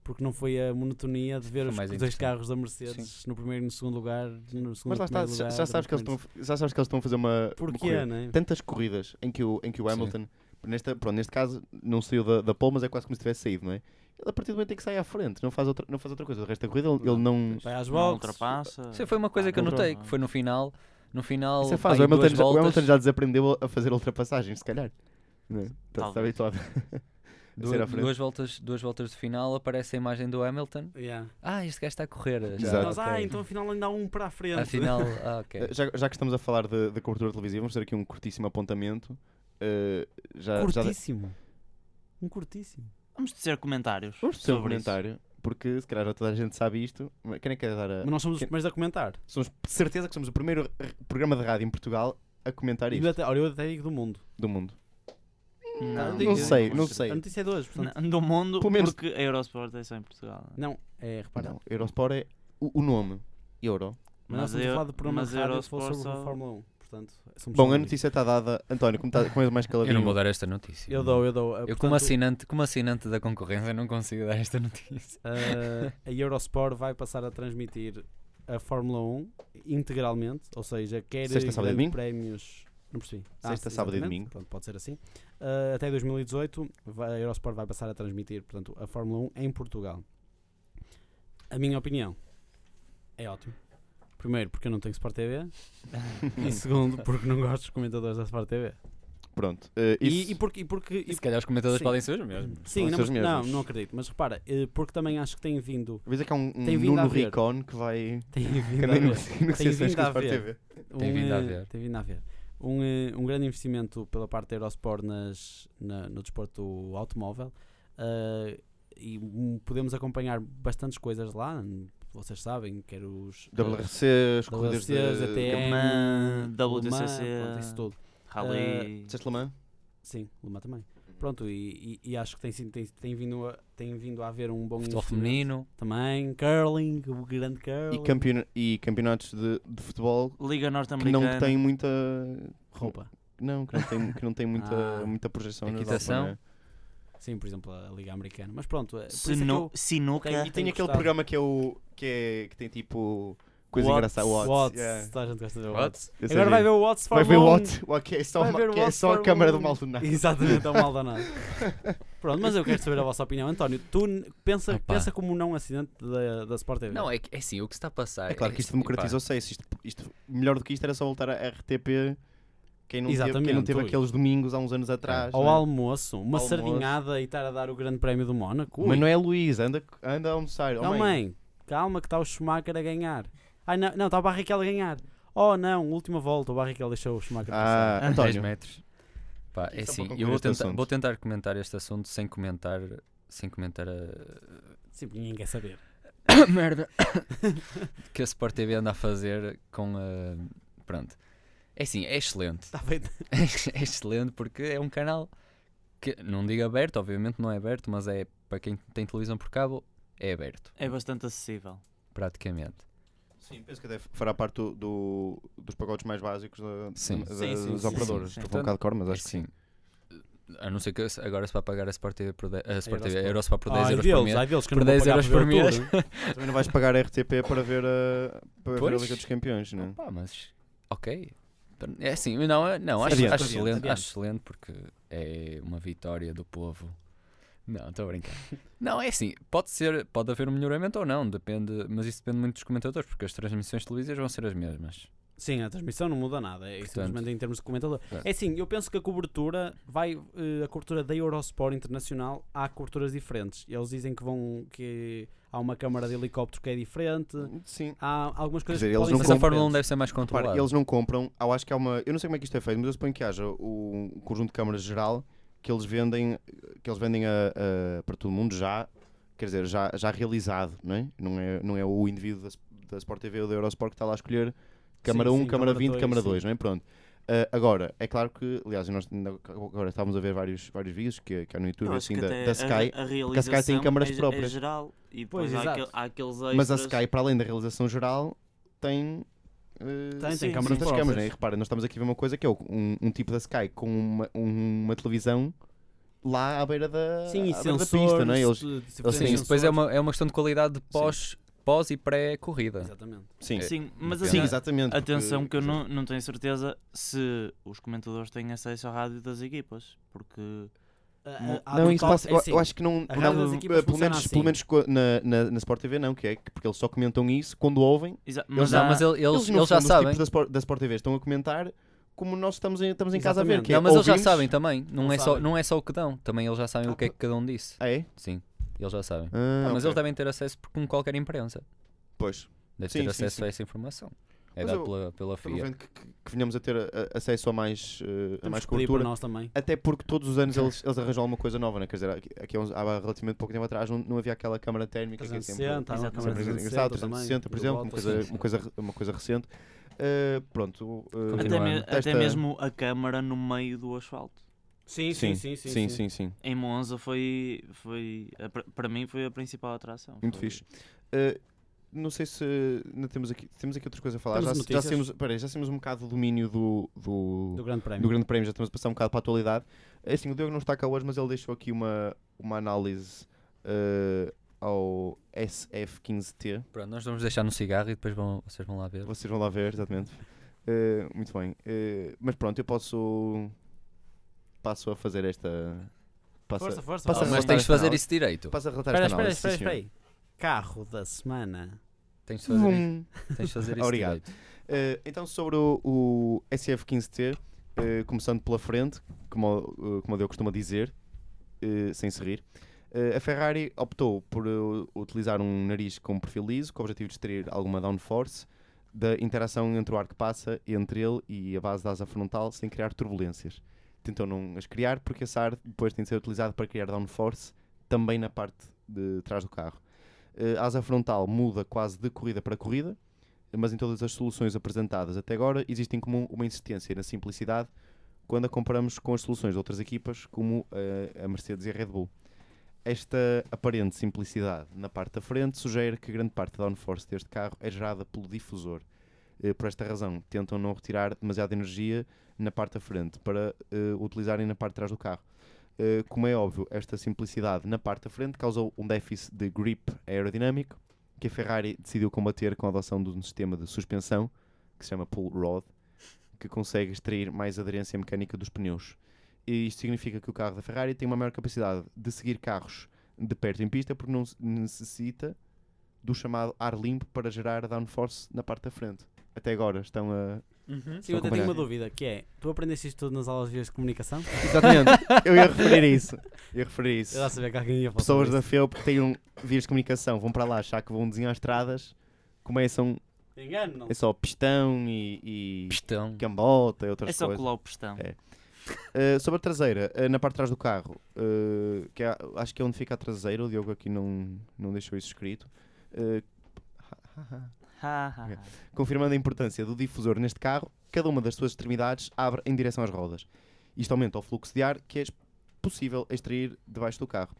[SPEAKER 3] Porque não foi a monotonia de ver
[SPEAKER 4] Foi
[SPEAKER 3] os
[SPEAKER 4] mais
[SPEAKER 3] dois
[SPEAKER 4] interessante.
[SPEAKER 3] carros da Mercedes no primeiro e no segundo lugar, no segundo
[SPEAKER 1] Mas lá
[SPEAKER 3] e primeiro
[SPEAKER 1] está, já,
[SPEAKER 3] lugar,
[SPEAKER 1] já sabes que eles estão, já sabes que eles estão a fazer uma. uma
[SPEAKER 3] Porque
[SPEAKER 1] corrida.
[SPEAKER 3] é, né?
[SPEAKER 1] Tantas corridas em que o, em que o
[SPEAKER 4] Sim.
[SPEAKER 1] Hamilton, nesta, pronto, neste caso, não saiu da, da pole, mas é quase como se tivesse saído, não é? Ele, a partir do momento em que sai à frente, não faz outra, não faz outra coisa. O resto da corrida, ele, ele não.
[SPEAKER 3] Vai às
[SPEAKER 5] Não
[SPEAKER 3] boxes.
[SPEAKER 5] ultrapassa.
[SPEAKER 4] Sim, foi uma coisa
[SPEAKER 5] Ah,
[SPEAKER 4] que eu
[SPEAKER 1] não
[SPEAKER 4] notei,
[SPEAKER 5] dá.
[SPEAKER 4] que foi no final. No final,
[SPEAKER 1] Isso é
[SPEAKER 4] pá,
[SPEAKER 1] fácil.
[SPEAKER 4] em
[SPEAKER 1] O Hamilton,
[SPEAKER 4] duas
[SPEAKER 1] já, o
[SPEAKER 4] voltas,
[SPEAKER 1] Hamilton já desaprendeu a fazer ultrapassagens, se calhar. Não é? Está, está
[SPEAKER 5] Talvez.
[SPEAKER 1] habituado.
[SPEAKER 4] du-
[SPEAKER 1] ser à
[SPEAKER 4] duas,
[SPEAKER 1] frente.
[SPEAKER 4] voltas, duas voltas de final, aparece a imagem do Hamilton.
[SPEAKER 3] Yeah.
[SPEAKER 4] Ah, este gajo está a correr. Já,
[SPEAKER 1] Exato.
[SPEAKER 3] Nós, ah,
[SPEAKER 4] ok.
[SPEAKER 3] então afinal ainda há um para a frente.
[SPEAKER 4] Afinal, ah, ok.
[SPEAKER 1] Eh, Já, já que estamos a falar de- da cobertura televisiva, vamos fazer aqui um curtíssimo apontamento. Eh, já, já de-
[SPEAKER 3] curtíssimo. Um curtíssimo.
[SPEAKER 5] Vamos dizer comentários.
[SPEAKER 1] Vamos fazer um
[SPEAKER 5] sobre isso.
[SPEAKER 1] comentário, porque se calhar já toda a gente sabe isto. Mas Quem é que quer dar a.
[SPEAKER 3] Mas nós somos os
[SPEAKER 1] quem-
[SPEAKER 3] primeiros a comentar.
[SPEAKER 1] Somos de certeza que somos o primeiro r- programa de rádio em Portugal a comentar
[SPEAKER 3] Eu
[SPEAKER 1] isto
[SPEAKER 3] até, olha, eu até digo do mundo.
[SPEAKER 1] do mundo.
[SPEAKER 5] Não,
[SPEAKER 1] Não sei,
[SPEAKER 5] digo-
[SPEAKER 1] não
[SPEAKER 3] A
[SPEAKER 1] sei.
[SPEAKER 3] notícia é de hoje, portanto.
[SPEAKER 5] N- Do mundo,
[SPEAKER 1] Pelo menos-
[SPEAKER 5] porque a Eurosport é só em Portugal.
[SPEAKER 3] Não, é, repara.
[SPEAKER 1] Não, Eurosport é o, o nome. Euro.
[SPEAKER 3] Mas nós
[SPEAKER 5] Mas
[SPEAKER 3] estamos a
[SPEAKER 5] eu-
[SPEAKER 3] falar de programa
[SPEAKER 5] mas
[SPEAKER 3] de rádio que
[SPEAKER 5] Eurosport
[SPEAKER 3] falou sobre a
[SPEAKER 5] só-
[SPEAKER 3] Fórmula 1. Portanto, somos
[SPEAKER 1] Bom, a
[SPEAKER 3] sobre isso.
[SPEAKER 1] notícia está dada. António, como, tá, como és mais caladinho.
[SPEAKER 4] Eu não vou dar esta notícia.
[SPEAKER 3] Eu dou, eu dou.
[SPEAKER 4] Eu, como, assim? assinante, como assinante da concorrência, não consigo dar esta notícia.
[SPEAKER 3] Uh, a Eurosport vai passar a transmitir a Fórmula 1 integralmente, ou seja, quer
[SPEAKER 1] Sexta, sábado e domingo?
[SPEAKER 3] grandes prémios. Não percebi. Ah,
[SPEAKER 1] Sexta, sábado e
[SPEAKER 3] exatamente,
[SPEAKER 1] domingo.
[SPEAKER 3] Pronto, pode ser assim. Uh, até 2018, vai- a Eurosport vai passar a transmitir portanto, a Fórmula 1 em Portugal. A minha opinião é ótimo. Primeiro, porque eu não tenho Sport TV. e segundo, porque não gosto dos comentadores da Sport TV.
[SPEAKER 1] Pronto. eh,
[SPEAKER 3] E-
[SPEAKER 1] isso-
[SPEAKER 3] E, porque, e porque- e
[SPEAKER 4] E se calhar os comentadores
[SPEAKER 3] Sim.
[SPEAKER 4] podem ser os mesmos.
[SPEAKER 3] Sim,
[SPEAKER 1] São
[SPEAKER 3] não,
[SPEAKER 1] seus
[SPEAKER 3] mas- não,
[SPEAKER 1] mesmos.
[SPEAKER 3] não acredito. Mas repara, eh, porque também acho que tem vindo.
[SPEAKER 1] Vês é que há um, um
[SPEAKER 3] Tem vindo
[SPEAKER 1] Nuno
[SPEAKER 3] a haver.
[SPEAKER 1] Ricon que vai.
[SPEAKER 3] Tem
[SPEAKER 1] Que tá
[SPEAKER 3] vindo
[SPEAKER 1] anda
[SPEAKER 3] a
[SPEAKER 1] em
[SPEAKER 3] ver,
[SPEAKER 1] negoci- negociações
[SPEAKER 3] vindo
[SPEAKER 1] com a
[SPEAKER 3] a
[SPEAKER 1] Sport
[SPEAKER 3] ver.
[SPEAKER 1] TV.
[SPEAKER 4] Tem vindo a
[SPEAKER 3] eh,
[SPEAKER 4] ver.
[SPEAKER 3] Tem vindo a ver. Um, eh, um grande investimento pela parte da Eurosport nas, na- no desporto automóvel. eh, e hum, podemos acompanhar bastantes coisas lá. hum, Vocês sabem, quer os. eh,
[SPEAKER 1] WRC, as corridas
[SPEAKER 3] WRC,
[SPEAKER 1] de
[SPEAKER 3] ZTM,
[SPEAKER 5] Mans,
[SPEAKER 3] Le Mans,
[SPEAKER 5] WTCC.
[SPEAKER 3] pronto,
[SPEAKER 1] eh.
[SPEAKER 3] isso tudo.
[SPEAKER 5] Rally.
[SPEAKER 1] Disseste Le Mans?
[SPEAKER 3] Sim, Le Mans também. Pronto, e, e- e acho que tem, sido- tem, tem, vindo a, tem vindo a haver um bom
[SPEAKER 4] Futebol
[SPEAKER 3] investimento
[SPEAKER 4] feminino.
[SPEAKER 3] Também, curling, o grande curling.
[SPEAKER 1] E, campeona- e campeonatos de, de futebol
[SPEAKER 5] Liga
[SPEAKER 1] que não
[SPEAKER 5] Norte-Americana.
[SPEAKER 1] têm muita.
[SPEAKER 3] Roupa.
[SPEAKER 1] Não, que não têm, que não têm muita,
[SPEAKER 3] Ah.
[SPEAKER 1] muita projeção na
[SPEAKER 4] Equitação.
[SPEAKER 1] Europa, não é?
[SPEAKER 3] Sim, por exemplo, a Liga Americana. Mas pronto, eh, por isso é que
[SPEAKER 5] Sinu-
[SPEAKER 3] eu-
[SPEAKER 5] Sinuca.
[SPEAKER 3] Tem-
[SPEAKER 1] E tem
[SPEAKER 3] Tenho
[SPEAKER 1] aquele
[SPEAKER 3] gostado.
[SPEAKER 1] programa que é o. que, é, que tem tipo. coisa
[SPEAKER 5] Watts.
[SPEAKER 1] engraçada. Watts.
[SPEAKER 3] Watts,
[SPEAKER 1] yeah.
[SPEAKER 3] toda a gente gosta de ver
[SPEAKER 4] What?
[SPEAKER 1] Esse é
[SPEAKER 3] Agora vai ver
[SPEAKER 1] giro.
[SPEAKER 3] o Watts
[SPEAKER 1] Vai
[SPEAKER 3] Fórmula
[SPEAKER 1] ver
[SPEAKER 3] 1.
[SPEAKER 1] Watts. o que é só,
[SPEAKER 3] Vai
[SPEAKER 1] uma-
[SPEAKER 3] ver o
[SPEAKER 1] que é
[SPEAKER 3] Watts
[SPEAKER 1] só a
[SPEAKER 3] Fórmula
[SPEAKER 1] câmara do
[SPEAKER 3] 1.
[SPEAKER 1] Maldonado.
[SPEAKER 3] Exatamente, é o Maldonado. Pronto, mas eu quero saber a vossa opinião. António, tu n- pensa,
[SPEAKER 4] Opa.
[SPEAKER 3] pensa como um não acidente da, da Sport TV.
[SPEAKER 4] Não, é, que- é assim, o que se está a passar.
[SPEAKER 1] É claro que isto
[SPEAKER 4] epá,
[SPEAKER 1] democratizou-se. Isto, isto, melhor do que isto era só voltar a RTP. Quem não, teve, quem não
[SPEAKER 3] Exatamente,
[SPEAKER 1] teve
[SPEAKER 3] ui.
[SPEAKER 1] aqueles domingos há uns anos atrás.
[SPEAKER 3] Ao
[SPEAKER 1] não é?
[SPEAKER 3] almoço, uma
[SPEAKER 1] Almoço.
[SPEAKER 3] sardinhada e estar a dar o grande prémio do Mónaco. Ui.
[SPEAKER 1] Mas não é Luís, anda, anda a almoçar. Oh,
[SPEAKER 3] Não, mãe, calma que está o Schumacher a ganhar. Ai, não, não, está o Barrichello a ganhar. Oh não, última volta, o Barrichello deixou o Schumacher passar.
[SPEAKER 1] Ah,
[SPEAKER 4] 10
[SPEAKER 1] António.
[SPEAKER 4] metros. Pá, é
[SPEAKER 1] Só
[SPEAKER 4] assim,
[SPEAKER 1] para concluir
[SPEAKER 4] eu vou
[SPEAKER 1] este
[SPEAKER 4] tentar,
[SPEAKER 1] assunto.
[SPEAKER 4] vou tentar comentar este assunto sem comentar. Sem comentar a,
[SPEAKER 3] Sim, ninguém quer saber.
[SPEAKER 4] merda que a Sport TV anda a fazer com a. Pronto. É assim, é excelente.
[SPEAKER 3] Está feito.
[SPEAKER 4] É excelente porque é um canal que, não digo aberto, obviamente não é aberto, mas é para quem tem televisão por cabo, é aberto,
[SPEAKER 5] É bastante acessível.
[SPEAKER 4] praticamente.
[SPEAKER 1] Sim, penso que até fará parte do, do- dos pacotes mais básicos da,
[SPEAKER 4] Sim.
[SPEAKER 1] da-
[SPEAKER 2] Sim, sim,
[SPEAKER 1] dos
[SPEAKER 2] sim,
[SPEAKER 1] operadores.
[SPEAKER 5] sim, sim.
[SPEAKER 1] Estou a falar um bocado de cor, mas acho
[SPEAKER 4] É
[SPEAKER 1] que sim.
[SPEAKER 4] A não ser que se- agora se vai pagar a Sport TV por 10 a Sport TV, a
[SPEAKER 3] Eurosport.
[SPEAKER 4] Eurosport Ah, por 10
[SPEAKER 3] Ai
[SPEAKER 4] euros por
[SPEAKER 3] Deus,
[SPEAKER 4] mês.
[SPEAKER 3] ai Deus, que eu
[SPEAKER 4] Por
[SPEAKER 3] não vou
[SPEAKER 4] 10
[SPEAKER 3] pagar
[SPEAKER 4] euros
[SPEAKER 3] para
[SPEAKER 4] por
[SPEAKER 3] ver
[SPEAKER 4] mês.
[SPEAKER 3] tudo.
[SPEAKER 1] Também não vais pagar a RTP para ver a, para ver a
[SPEAKER 4] Pois.
[SPEAKER 1] Liga dos Campeões, não é?
[SPEAKER 4] Pá, mas ok. É assim, mas não, é- não acho,
[SPEAKER 1] Adiante,
[SPEAKER 4] acho
[SPEAKER 1] adiante,
[SPEAKER 4] excelente,
[SPEAKER 3] adiante.
[SPEAKER 4] acho excelente porque é uma vitória do povo. Não, estou a brincar. não, é assim, pode ser, pode haver um melhoramento ou não, depende, mas isso depende muito dos comentadores, porque as transmissões televisivas vão ser as mesmas.
[SPEAKER 3] Sim, a transmissão não muda nada, é
[SPEAKER 4] Portanto.
[SPEAKER 3] simplesmente em termos de comentador.
[SPEAKER 4] Portanto.
[SPEAKER 3] É assim, eu penso que a cobertura vai, eh, a cobertura da Eurosport Internacional, há coberturas diferentes. Eles dizem que vão, que há uma câmara de helicóptero que é diferente,
[SPEAKER 1] Sim.
[SPEAKER 3] há algumas coisas
[SPEAKER 1] dizer,
[SPEAKER 3] que
[SPEAKER 1] eles
[SPEAKER 3] podem
[SPEAKER 1] não
[SPEAKER 3] ser
[SPEAKER 4] Mas a
[SPEAKER 1] compram-
[SPEAKER 4] Fórmula 1
[SPEAKER 3] diferentes.
[SPEAKER 4] deve ser mais
[SPEAKER 1] Repara,
[SPEAKER 4] controlada.
[SPEAKER 1] eles não compram. Eu acho que há uma. Eu não sei como é que isto é feito, mas eu suponho que haja o- um conjunto de câmaras geral que eles vendem, que eles vendem a- a- para todo mundo já, quer dizer, já, já realizado, não é? Não é, não é o indivíduo da, S- da Sport TV ou da Eurosport que está lá a escolher câmara
[SPEAKER 3] Sim,
[SPEAKER 1] 1,
[SPEAKER 3] sim,
[SPEAKER 1] câmara
[SPEAKER 3] câmara
[SPEAKER 1] 20,
[SPEAKER 3] dois,
[SPEAKER 1] câmara
[SPEAKER 3] sim.
[SPEAKER 1] 2, não é? Pronto. Ah, agora, é claro que, aliás, nós ainda agora estávamos a ver vários, vários vídeos que, que há no YouTube
[SPEAKER 5] Eu acho
[SPEAKER 1] assim,
[SPEAKER 5] que
[SPEAKER 1] da,
[SPEAKER 5] até
[SPEAKER 1] da
[SPEAKER 5] a-
[SPEAKER 1] Sky.
[SPEAKER 5] a, realização
[SPEAKER 1] Sky tem câmaras
[SPEAKER 5] é, ge-
[SPEAKER 1] próprias.
[SPEAKER 5] É geral e
[SPEAKER 3] Pois,
[SPEAKER 5] depois há,
[SPEAKER 3] exato.
[SPEAKER 5] aquele- há aqueles
[SPEAKER 1] Mas a
[SPEAKER 5] extras.
[SPEAKER 1] Sky, para além da realização geral, tem. eh,
[SPEAKER 3] Tem, tem
[SPEAKER 1] Estas
[SPEAKER 3] câmaras
[SPEAKER 5] Sim, sim, sim.
[SPEAKER 1] câmaras,
[SPEAKER 3] próprias.
[SPEAKER 1] né? E repara, nós estamos aqui a ver uma coisa que é o- um, um tipo da Sky com uma, um- uma televisão lá à beira da,
[SPEAKER 3] Sim,
[SPEAKER 1] à
[SPEAKER 3] e
[SPEAKER 1] beira da
[SPEAKER 3] sensores,
[SPEAKER 1] pista, não Ah, é? Eles,
[SPEAKER 3] tu- tu-
[SPEAKER 1] eles
[SPEAKER 4] Sim,
[SPEAKER 1] têm
[SPEAKER 4] isso depois é
[SPEAKER 3] sensores.
[SPEAKER 4] uma, é uma questão de qualidade de pós, pós e pré-corrida.
[SPEAKER 3] Exatamente.
[SPEAKER 1] sim, sim,
[SPEAKER 5] Sim, mas
[SPEAKER 4] Sim,
[SPEAKER 5] assim,
[SPEAKER 1] exatamente.
[SPEAKER 5] atenção
[SPEAKER 1] porque-
[SPEAKER 5] que eu não, não tenho certeza se os comentadores têm acesso à rádio das equipas, porque
[SPEAKER 3] Ah, ah,
[SPEAKER 1] Não,
[SPEAKER 3] há
[SPEAKER 1] isso
[SPEAKER 3] total-
[SPEAKER 1] passa,
[SPEAKER 3] é
[SPEAKER 1] eu,
[SPEAKER 3] assim,
[SPEAKER 1] eu acho que não.
[SPEAKER 3] a
[SPEAKER 1] não,
[SPEAKER 3] rádio das
[SPEAKER 1] eh,
[SPEAKER 3] equipas
[SPEAKER 1] pelo, menos, pelo
[SPEAKER 3] funciona assim.
[SPEAKER 1] menos co- na, na, na Sport TV, não, que é que- porque eles só comentam isso quando ouvem.
[SPEAKER 5] Exa-
[SPEAKER 1] Eles
[SPEAKER 5] mas
[SPEAKER 1] já-
[SPEAKER 5] há,
[SPEAKER 4] Não, tipo mas ele- eles,
[SPEAKER 1] no
[SPEAKER 4] eles já
[SPEAKER 1] fundo, os
[SPEAKER 4] sabem.
[SPEAKER 1] tipos da Sport, da Sport TV estão a comentar como nós estamos em, estamos em casa a ver.
[SPEAKER 3] Exatamente.
[SPEAKER 1] Que é,
[SPEAKER 4] Não, mas eles já
[SPEAKER 1] ouvimos-
[SPEAKER 4] sabem também. Não,
[SPEAKER 3] Eles
[SPEAKER 4] é, só,
[SPEAKER 3] sabem.
[SPEAKER 4] não é só o que dão. Também eles já sabem
[SPEAKER 3] Ah,
[SPEAKER 4] o que é
[SPEAKER 3] pô-
[SPEAKER 4] que cada um disse.
[SPEAKER 1] Ah, é?
[SPEAKER 4] Sim, eles já sabem.
[SPEAKER 1] Ah,
[SPEAKER 4] Ah, mas
[SPEAKER 1] ok.
[SPEAKER 4] eles devem ter acesso por- como qualquer imprensa.
[SPEAKER 1] Pois.
[SPEAKER 4] Deve
[SPEAKER 1] Sim,
[SPEAKER 4] ter
[SPEAKER 1] sim,
[SPEAKER 4] acesso
[SPEAKER 1] sim.
[SPEAKER 4] a essa informação. É
[SPEAKER 1] Mas
[SPEAKER 4] dado
[SPEAKER 1] eu-
[SPEAKER 4] pela, pela FIA.
[SPEAKER 1] Pelo vendo que, que, que venhamos a ter a- a- acesso a mais, eh, a
[SPEAKER 3] temos
[SPEAKER 1] mais
[SPEAKER 3] que pedir para
[SPEAKER 1] cobertura.
[SPEAKER 3] nós também.
[SPEAKER 1] Até porque todos os anos eles, eles arranjam alguma coisa nova, né? Quer dizer, aqui, aqui há, uns- há relativamente pouco tempo atrás não, não havia aquela câmara térmica que é sempre,
[SPEAKER 3] 360, há uma
[SPEAKER 5] Exato,
[SPEAKER 3] câmara
[SPEAKER 1] sempre
[SPEAKER 5] câmara
[SPEAKER 1] 360,
[SPEAKER 3] 360 também,
[SPEAKER 1] 360, por
[SPEAKER 3] do
[SPEAKER 1] exemplo, uma
[SPEAKER 3] Bottas,
[SPEAKER 1] coisa,
[SPEAKER 3] sim.
[SPEAKER 1] uma coisa, uma coisa recente. Uh, pronto. uh,
[SPEAKER 5] até,
[SPEAKER 4] Continuando.
[SPEAKER 5] me- até
[SPEAKER 1] Esta-
[SPEAKER 5] mesmo a câmara no meio do asfalto.
[SPEAKER 3] Sim, sim, sim, sim. sim.
[SPEAKER 1] sim, sim.
[SPEAKER 5] Em Monza foi, foi a pr- para mim foi a principal atração.
[SPEAKER 1] Muito
[SPEAKER 5] Foi-
[SPEAKER 1] fixe. Uh, não sei se ainda temos aqui, temos aqui outras coisas a falar.
[SPEAKER 3] Temos
[SPEAKER 1] Já, já,
[SPEAKER 3] notícias?
[SPEAKER 1] temos, peraí, já temos um bocado do domínio do- do,
[SPEAKER 3] Do Grande
[SPEAKER 1] do
[SPEAKER 3] Prémio.
[SPEAKER 1] Grande Prémio, já estamos a passar um bocado para a atualidade. É Assim, o Diogo não está cá hoje, mas ele deixou aqui uma, uma análise eh, ao SF15T.
[SPEAKER 4] Pronto, nós vamos deixar no cigarro e depois vão, vocês vão lá ver.
[SPEAKER 1] Vocês vão lá ver, exatamente. Eh, muito bem. Eh, mas pronto, eu posso. Passo a fazer esta. Passo,
[SPEAKER 3] Força, força.
[SPEAKER 1] passa
[SPEAKER 4] Ah,
[SPEAKER 1] a
[SPEAKER 4] mas
[SPEAKER 1] relatar
[SPEAKER 4] tens de
[SPEAKER 1] esta
[SPEAKER 4] fazer
[SPEAKER 1] análise.
[SPEAKER 4] isso direito.
[SPEAKER 1] passo a relatar
[SPEAKER 3] Espera,
[SPEAKER 1] esta
[SPEAKER 3] espera,
[SPEAKER 1] análise. sim,
[SPEAKER 3] espera,
[SPEAKER 1] senhor.
[SPEAKER 3] espera aí. Carro da semana.
[SPEAKER 4] Tens de fazer, isso-
[SPEAKER 1] Vum.
[SPEAKER 4] tens de fazer isso
[SPEAKER 1] hum. Obrigado.
[SPEAKER 4] direito.
[SPEAKER 1] Eh, então, sobre o, o SF15T, eh, começando pela frente, como, eh, como eu costumo dizer, eh, sem se rir, eh, a Ferrari optou por eh, utilizar um nariz com perfil liso, com o objetivo de extrair alguma downforce da interação entre o ar que passa entre ele e a base da asa frontal sem criar turbulências. Tentou não as criar porque esse ar depois tem de ser utilizado para criar downforce também na parte de trás do carro. Eh, a asa frontal muda quase de corrida para corrida, mas em todas as soluções apresentadas até agora existe em comum uma insistência na simplicidade quando a comparamos com as soluções de outras equipas como eh, a Mercedes e a Red Bull. Esta aparente simplicidade na parte da frente sugere que grande parte da downforce deste carro é gerada pelo difusor. Eh, por esta razão, tentam não retirar demasiada energia na parte da frente para eh, utilizarem na parte de trás do carro. Eh, como é óbvio, esta simplicidade na parte da frente causou um déficit de grip aerodinâmico que a Ferrari decidiu combater com a adoção de um sistema de suspensão que se chama pull rod, que consegue extrair mais aderência mecânica dos pneus. E isto significa que o carro da Ferrari tem uma maior capacidade de seguir carros de perto em pista porque não se- necessita do chamado ar limpo para gerar downforce na parte da frente. Até agora estão a.
[SPEAKER 3] Sim, eu até tenho
[SPEAKER 1] acompanhar.
[SPEAKER 3] uma dúvida, que é, tu aprendeste isto tudo nas aulas de comunicação?
[SPEAKER 1] Exatamente, eu ia referir a isso. Eu ia referir a isso.
[SPEAKER 3] Eu já sabia que alguém ia falar
[SPEAKER 1] Pessoas da
[SPEAKER 3] sobre
[SPEAKER 1] FEUP que têm um, vias de comunicação vão para lá achar que vão desenhar estradas, começam.
[SPEAKER 3] isso. Engano, não.
[SPEAKER 1] É só pistão e- e
[SPEAKER 4] Pistão.
[SPEAKER 1] gambota e outras
[SPEAKER 5] É só
[SPEAKER 1] coisas.
[SPEAKER 5] colar o pistão.
[SPEAKER 1] É. Uh, sobre a traseira, uh, na parte de trás do carro, uh, que é- acho que é onde fica a traseira, o Diogo aqui não, não deixou isso escrito. Uh,
[SPEAKER 5] Ha, ha, ha.
[SPEAKER 1] Ok. confirmando a importância do difusor neste carro, cada uma das suas extremidades abre em direção às rodas. Isto aumenta o fluxo de ar que é possível extrair debaixo do carro.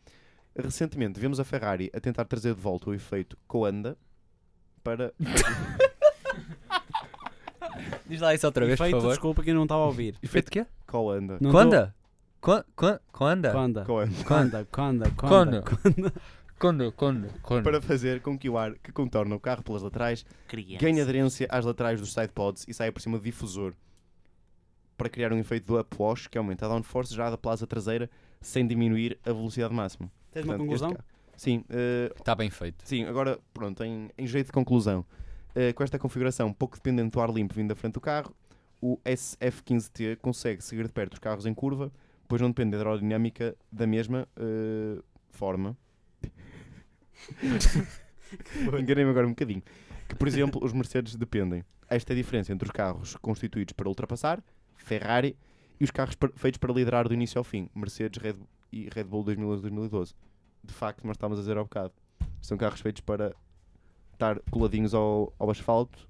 [SPEAKER 1] Recentemente vemos a Ferrari a tentar trazer de volta o efeito Coanda para
[SPEAKER 4] Diz lá isso outra vez,
[SPEAKER 3] Efeito,
[SPEAKER 4] por favor.
[SPEAKER 3] desculpa que eu não estava a ouvir.
[SPEAKER 4] Efeito quê?
[SPEAKER 1] Coanda.
[SPEAKER 3] Não
[SPEAKER 4] Quando? Quan- quan- Quando?
[SPEAKER 3] tô-
[SPEAKER 1] Coanda.
[SPEAKER 3] Quanda. Quanda, quanda, quanda.
[SPEAKER 4] Quando? Quando? Quando? Quando?
[SPEAKER 1] Para fazer com que o ar que contorna o carro pelas laterais
[SPEAKER 5] Criança.
[SPEAKER 1] ganhe aderência às laterais dos sidepods e saia por cima do difusor. Para criar um efeito do upwash que aumenta a downforce gerada pela asa traseira sem diminuir a velocidade máxima.
[SPEAKER 3] Tens É uma
[SPEAKER 1] Portanto, este
[SPEAKER 3] conclusão?
[SPEAKER 1] ca- Sim, eh,
[SPEAKER 4] Está Tá bem feito.
[SPEAKER 1] Sim, agora, pronto, em, em jeito de conclusão, eh, com esta configuração pouco dependente do ar limpo vindo da frente do carro, o SF15T consegue seguir de perto os carros em curva, pois não depende da aerodinâmica da mesma eh, forma. Enganei-me agora um bocadinho. Que, por exemplo, os Mercedes dependem. Esta é a diferença entre os carros constituídos para ultrapassar, Ferrari, e os carros par- feitos para liderar do início ao fim, Mercedes Red, e Red Bull 2011-2012. De facto, nós estávamos a dizer há bocado são carros feitos para estar coladinhos ao, ao asfalto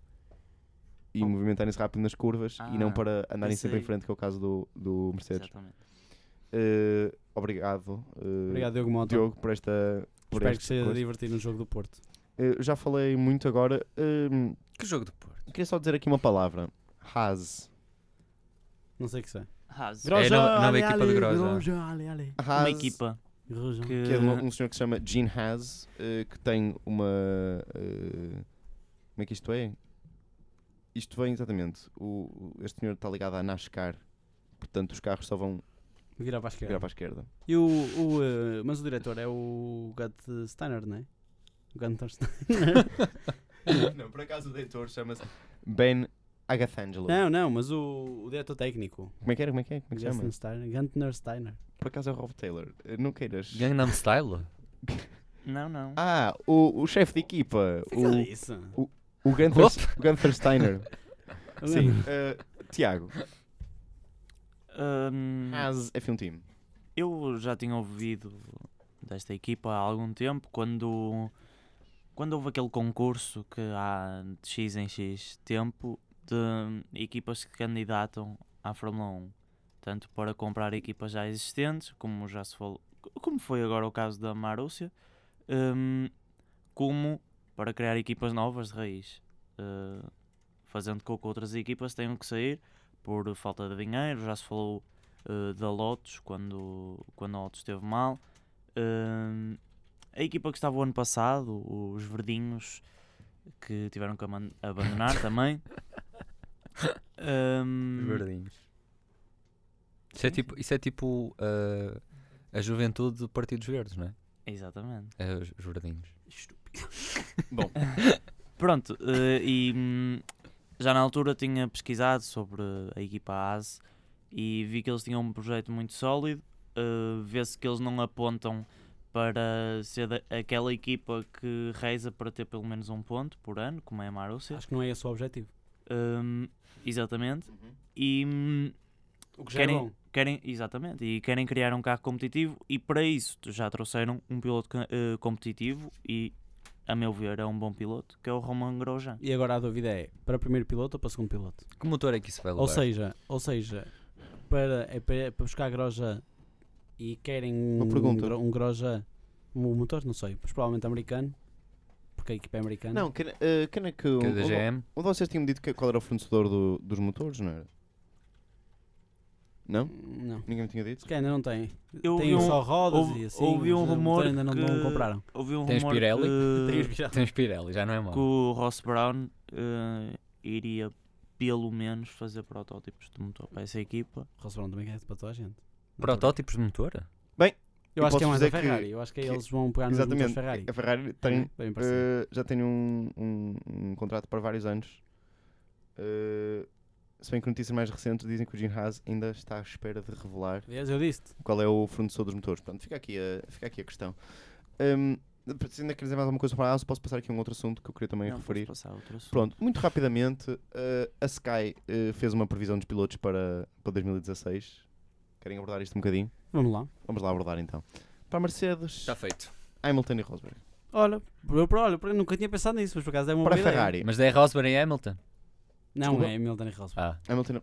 [SPEAKER 1] e movimentarem-se rápido nas curvas e não
[SPEAKER 5] Ah,
[SPEAKER 1] para andarem
[SPEAKER 5] pensei-
[SPEAKER 1] sempre em frente, que é o caso do, do Mercedes.
[SPEAKER 5] Exatamente.
[SPEAKER 1] Eh, obrigado, eh,
[SPEAKER 3] Obrigado, Diogo Mota.
[SPEAKER 1] Diogo, por esta. Por
[SPEAKER 3] Espero
[SPEAKER 1] este
[SPEAKER 3] que seja
[SPEAKER 1] coisa.
[SPEAKER 3] divertido no jogo do Porto.
[SPEAKER 1] Eh, já falei muito agora. ehm,
[SPEAKER 4] Que jogo de Porto?
[SPEAKER 1] queria só dizer aqui uma palavra: Haas.
[SPEAKER 3] Não sei o que sei.
[SPEAKER 5] Haas.
[SPEAKER 4] Gro- É, nova- nova equipa de Groza.
[SPEAKER 3] ali, ali.
[SPEAKER 1] Haas
[SPEAKER 5] Uma equipa
[SPEAKER 3] Groja.
[SPEAKER 5] que,
[SPEAKER 1] Que é de uma- um senhor que se chama Gene Haas, eh, que tem uma. eh, como é que isto é? Isto vem exatamente. O, o- este senhor está ligado à NASCAR, portanto os carros só vão
[SPEAKER 3] Virar para a
[SPEAKER 1] virar
[SPEAKER 3] esquerda.
[SPEAKER 1] para a esquerda.
[SPEAKER 3] é. E o, o, eh, mas o diretor é o Gut Steiner, não é? O Gunther Steiner.
[SPEAKER 1] Não, por acaso o diretor chama-se Ben Agathangelo.
[SPEAKER 3] não, não, mas o, o diretor técnico.
[SPEAKER 1] Como é que era? Como é que é? Como é que se chama?
[SPEAKER 3] Justin Steiner. Gunther Steiner.
[SPEAKER 1] Por acaso é o Rob Taylor. Eh, Não queiras.
[SPEAKER 4] Gangnam Style?
[SPEAKER 5] Não, não.
[SPEAKER 1] Ah, o, o chefe de equipa.
[SPEAKER 3] Fica
[SPEAKER 1] O,
[SPEAKER 3] isso.
[SPEAKER 1] o, Gunther, o Gunther Steiner. Sim.
[SPEAKER 3] Sim.
[SPEAKER 1] eh, Tiago,
[SPEAKER 5] Hum,
[SPEAKER 1] Haas F1 Team.
[SPEAKER 5] eu já tinha ouvido desta equipa há algum tempo, quando, quando houve aquele concurso que há de X em X tempo de equipas que candidatam à Fórmula 1, tanto para comprar equipas já existentes, como já se falou, como foi agora o caso da Marúcia, hum, como para criar equipas novas de raiz, eh, fazendo com que outras equipas tenham que sair por falta de dinheiro, já se falou eh, da Lotus quando, quando a Lotus esteve mal. Hum, a equipa que estava o ano passado, os verdinhos, que tiveram que aman- abandonar também. Hum,
[SPEAKER 4] Verdinhos. Isso é tipo, isso é tipo ah, a juventude do Partido dos Verdes, não é?
[SPEAKER 5] exatamente.
[SPEAKER 4] É os os verdinhos.
[SPEAKER 1] Bom,
[SPEAKER 5] Pronto, eh, e hum, já na altura tinha pesquisado sobre a equipa ASE e vi que eles tinham um projeto muito sólido. eh, Vê-se que eles não apontam para ser da- aquela equipa que reza para ter pelo menos um ponto por ano, como é a Marúcia.
[SPEAKER 3] Acho que não é esse o objetivo.
[SPEAKER 5] Hum, exatamente. E hum,
[SPEAKER 3] O que
[SPEAKER 5] já é Querem- bom. querem, exatamente, e querem criar um carro competitivo e para isso já trouxeram um piloto ca- eh, competitivo e, a meu ver, é um bom piloto, que é o Roman Grosjean.
[SPEAKER 3] E agora a dúvida é, para primeiro piloto ou para segundo piloto?
[SPEAKER 4] Que motor é que isso vai levar?
[SPEAKER 3] Ou seja, ou seja para, é para, para buscar groja e querem um,
[SPEAKER 1] pergunta.
[SPEAKER 3] gro- um groja, um motor, não sei, mas provavelmente americano, porque a equipa é americana.
[SPEAKER 1] não, quem eh, quem é que.
[SPEAKER 4] que é da
[SPEAKER 1] onde-
[SPEAKER 4] GM?
[SPEAKER 1] Um de vocês tinha-me dito que- qual era o fornecedor do- dos motores, não era? Não?
[SPEAKER 3] Não.
[SPEAKER 1] Ninguém me tinha dito?
[SPEAKER 3] Se calhar ainda não tem.
[SPEAKER 5] Eu
[SPEAKER 3] Tem
[SPEAKER 5] ouvi um,
[SPEAKER 3] só rodas
[SPEAKER 5] ouvi-
[SPEAKER 3] e assim.
[SPEAKER 5] ouvi um
[SPEAKER 3] mas o motor
[SPEAKER 5] rumor
[SPEAKER 3] ainda não, não
[SPEAKER 5] que-
[SPEAKER 3] compraram.
[SPEAKER 5] ouvi um
[SPEAKER 4] Tens
[SPEAKER 5] rumor
[SPEAKER 4] Pirelli?
[SPEAKER 5] que,
[SPEAKER 4] Tem os Pirelli, já não é
[SPEAKER 5] que
[SPEAKER 4] mau.
[SPEAKER 5] o Ross Brown eh, iria pelo menos fazer protótipos de motor para essa equipa.
[SPEAKER 3] Ross Brown também quer para toda a gente.
[SPEAKER 4] Um Protótipos de motor?
[SPEAKER 3] Eu
[SPEAKER 1] E
[SPEAKER 3] acho que é
[SPEAKER 1] posso
[SPEAKER 3] mais a
[SPEAKER 1] dizer que-
[SPEAKER 3] Ferrari. Eu acho que,
[SPEAKER 1] que-
[SPEAKER 3] eles vão pegar nos motores Ferrari.
[SPEAKER 1] A Ferrari tem,
[SPEAKER 3] Bem parecido.
[SPEAKER 1] eh, já tem um, um- um contrato para vários anos. Eh, se bem que notícias mais recentes dizem que o Jim Haas ainda está à espera de revelar
[SPEAKER 3] Aliás, eu disse
[SPEAKER 1] qual é o fornecedor dos motores. Portanto, fica aqui a, fica aqui a questão. Ehm, se ainda quer dizer mais alguma coisa para a Haas, posso passar aqui a um outro assunto que eu queria também
[SPEAKER 5] Não, posso
[SPEAKER 1] referir.
[SPEAKER 5] passar a outro assunto.
[SPEAKER 1] Pronto, muito rapidamente, eh, a Sky eh, fez uma previsão dos pilotos para, para 2016. Querem abordar isto um bocadinho?
[SPEAKER 3] Vamos lá.
[SPEAKER 1] Vamos lá abordar então. Para a Mercedes,
[SPEAKER 4] Está feito.
[SPEAKER 1] Hamilton e Rosberg.
[SPEAKER 3] Olha, eu, olha, eu nunca tinha pensado nisso, mas por acaso é uma
[SPEAKER 1] Para a
[SPEAKER 3] boa ideia.
[SPEAKER 1] Ferrari,
[SPEAKER 4] Mas daí é Rosberg e Hamilton?
[SPEAKER 3] Não,
[SPEAKER 1] Desculpa.
[SPEAKER 3] é Hamilton e Ross Brown.
[SPEAKER 4] Ah.
[SPEAKER 1] Hamilton.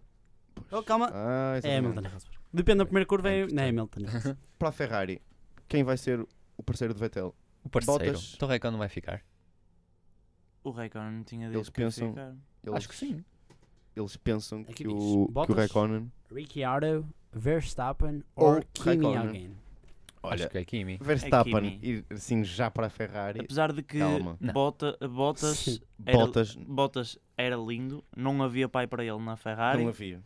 [SPEAKER 3] Oh, calma.
[SPEAKER 1] Ah,
[SPEAKER 3] É
[SPEAKER 1] exatamente.
[SPEAKER 3] Hamilton e Rosberg. Depende da primeira curva, é,
[SPEAKER 1] É
[SPEAKER 3] não é Hamilton.
[SPEAKER 1] Para a Ferrari, quem vai ser o parceiro de Vettel?
[SPEAKER 4] O parceiro.
[SPEAKER 1] Bottas.
[SPEAKER 4] Então o Raikkonen vai ficar?
[SPEAKER 5] O Raikkonen tinha dito
[SPEAKER 1] Eles
[SPEAKER 5] que ia
[SPEAKER 1] pensam-
[SPEAKER 5] ficar.
[SPEAKER 1] Eles-
[SPEAKER 4] Acho que sim.
[SPEAKER 1] eles pensam
[SPEAKER 3] Aqui
[SPEAKER 1] que
[SPEAKER 3] diz,
[SPEAKER 1] o, que o
[SPEAKER 3] Bottas.
[SPEAKER 1] Raikkonen.
[SPEAKER 3] Ricciardo, Verstappen
[SPEAKER 1] Ou
[SPEAKER 3] ou Kimi
[SPEAKER 1] Raikkonen.
[SPEAKER 3] again.
[SPEAKER 1] Olha,
[SPEAKER 4] Acho que é Kimi.
[SPEAKER 1] Verstappen
[SPEAKER 5] Kimi.
[SPEAKER 1] ir assim já para a Ferrari.
[SPEAKER 5] Apesar de que
[SPEAKER 1] Calma.
[SPEAKER 4] Não.
[SPEAKER 5] Bota, eh, Bottas,
[SPEAKER 3] Sim.
[SPEAKER 5] era,
[SPEAKER 1] Bottas
[SPEAKER 5] Bottas era lindo, não havia pai para ele na Ferrari.
[SPEAKER 1] não havia.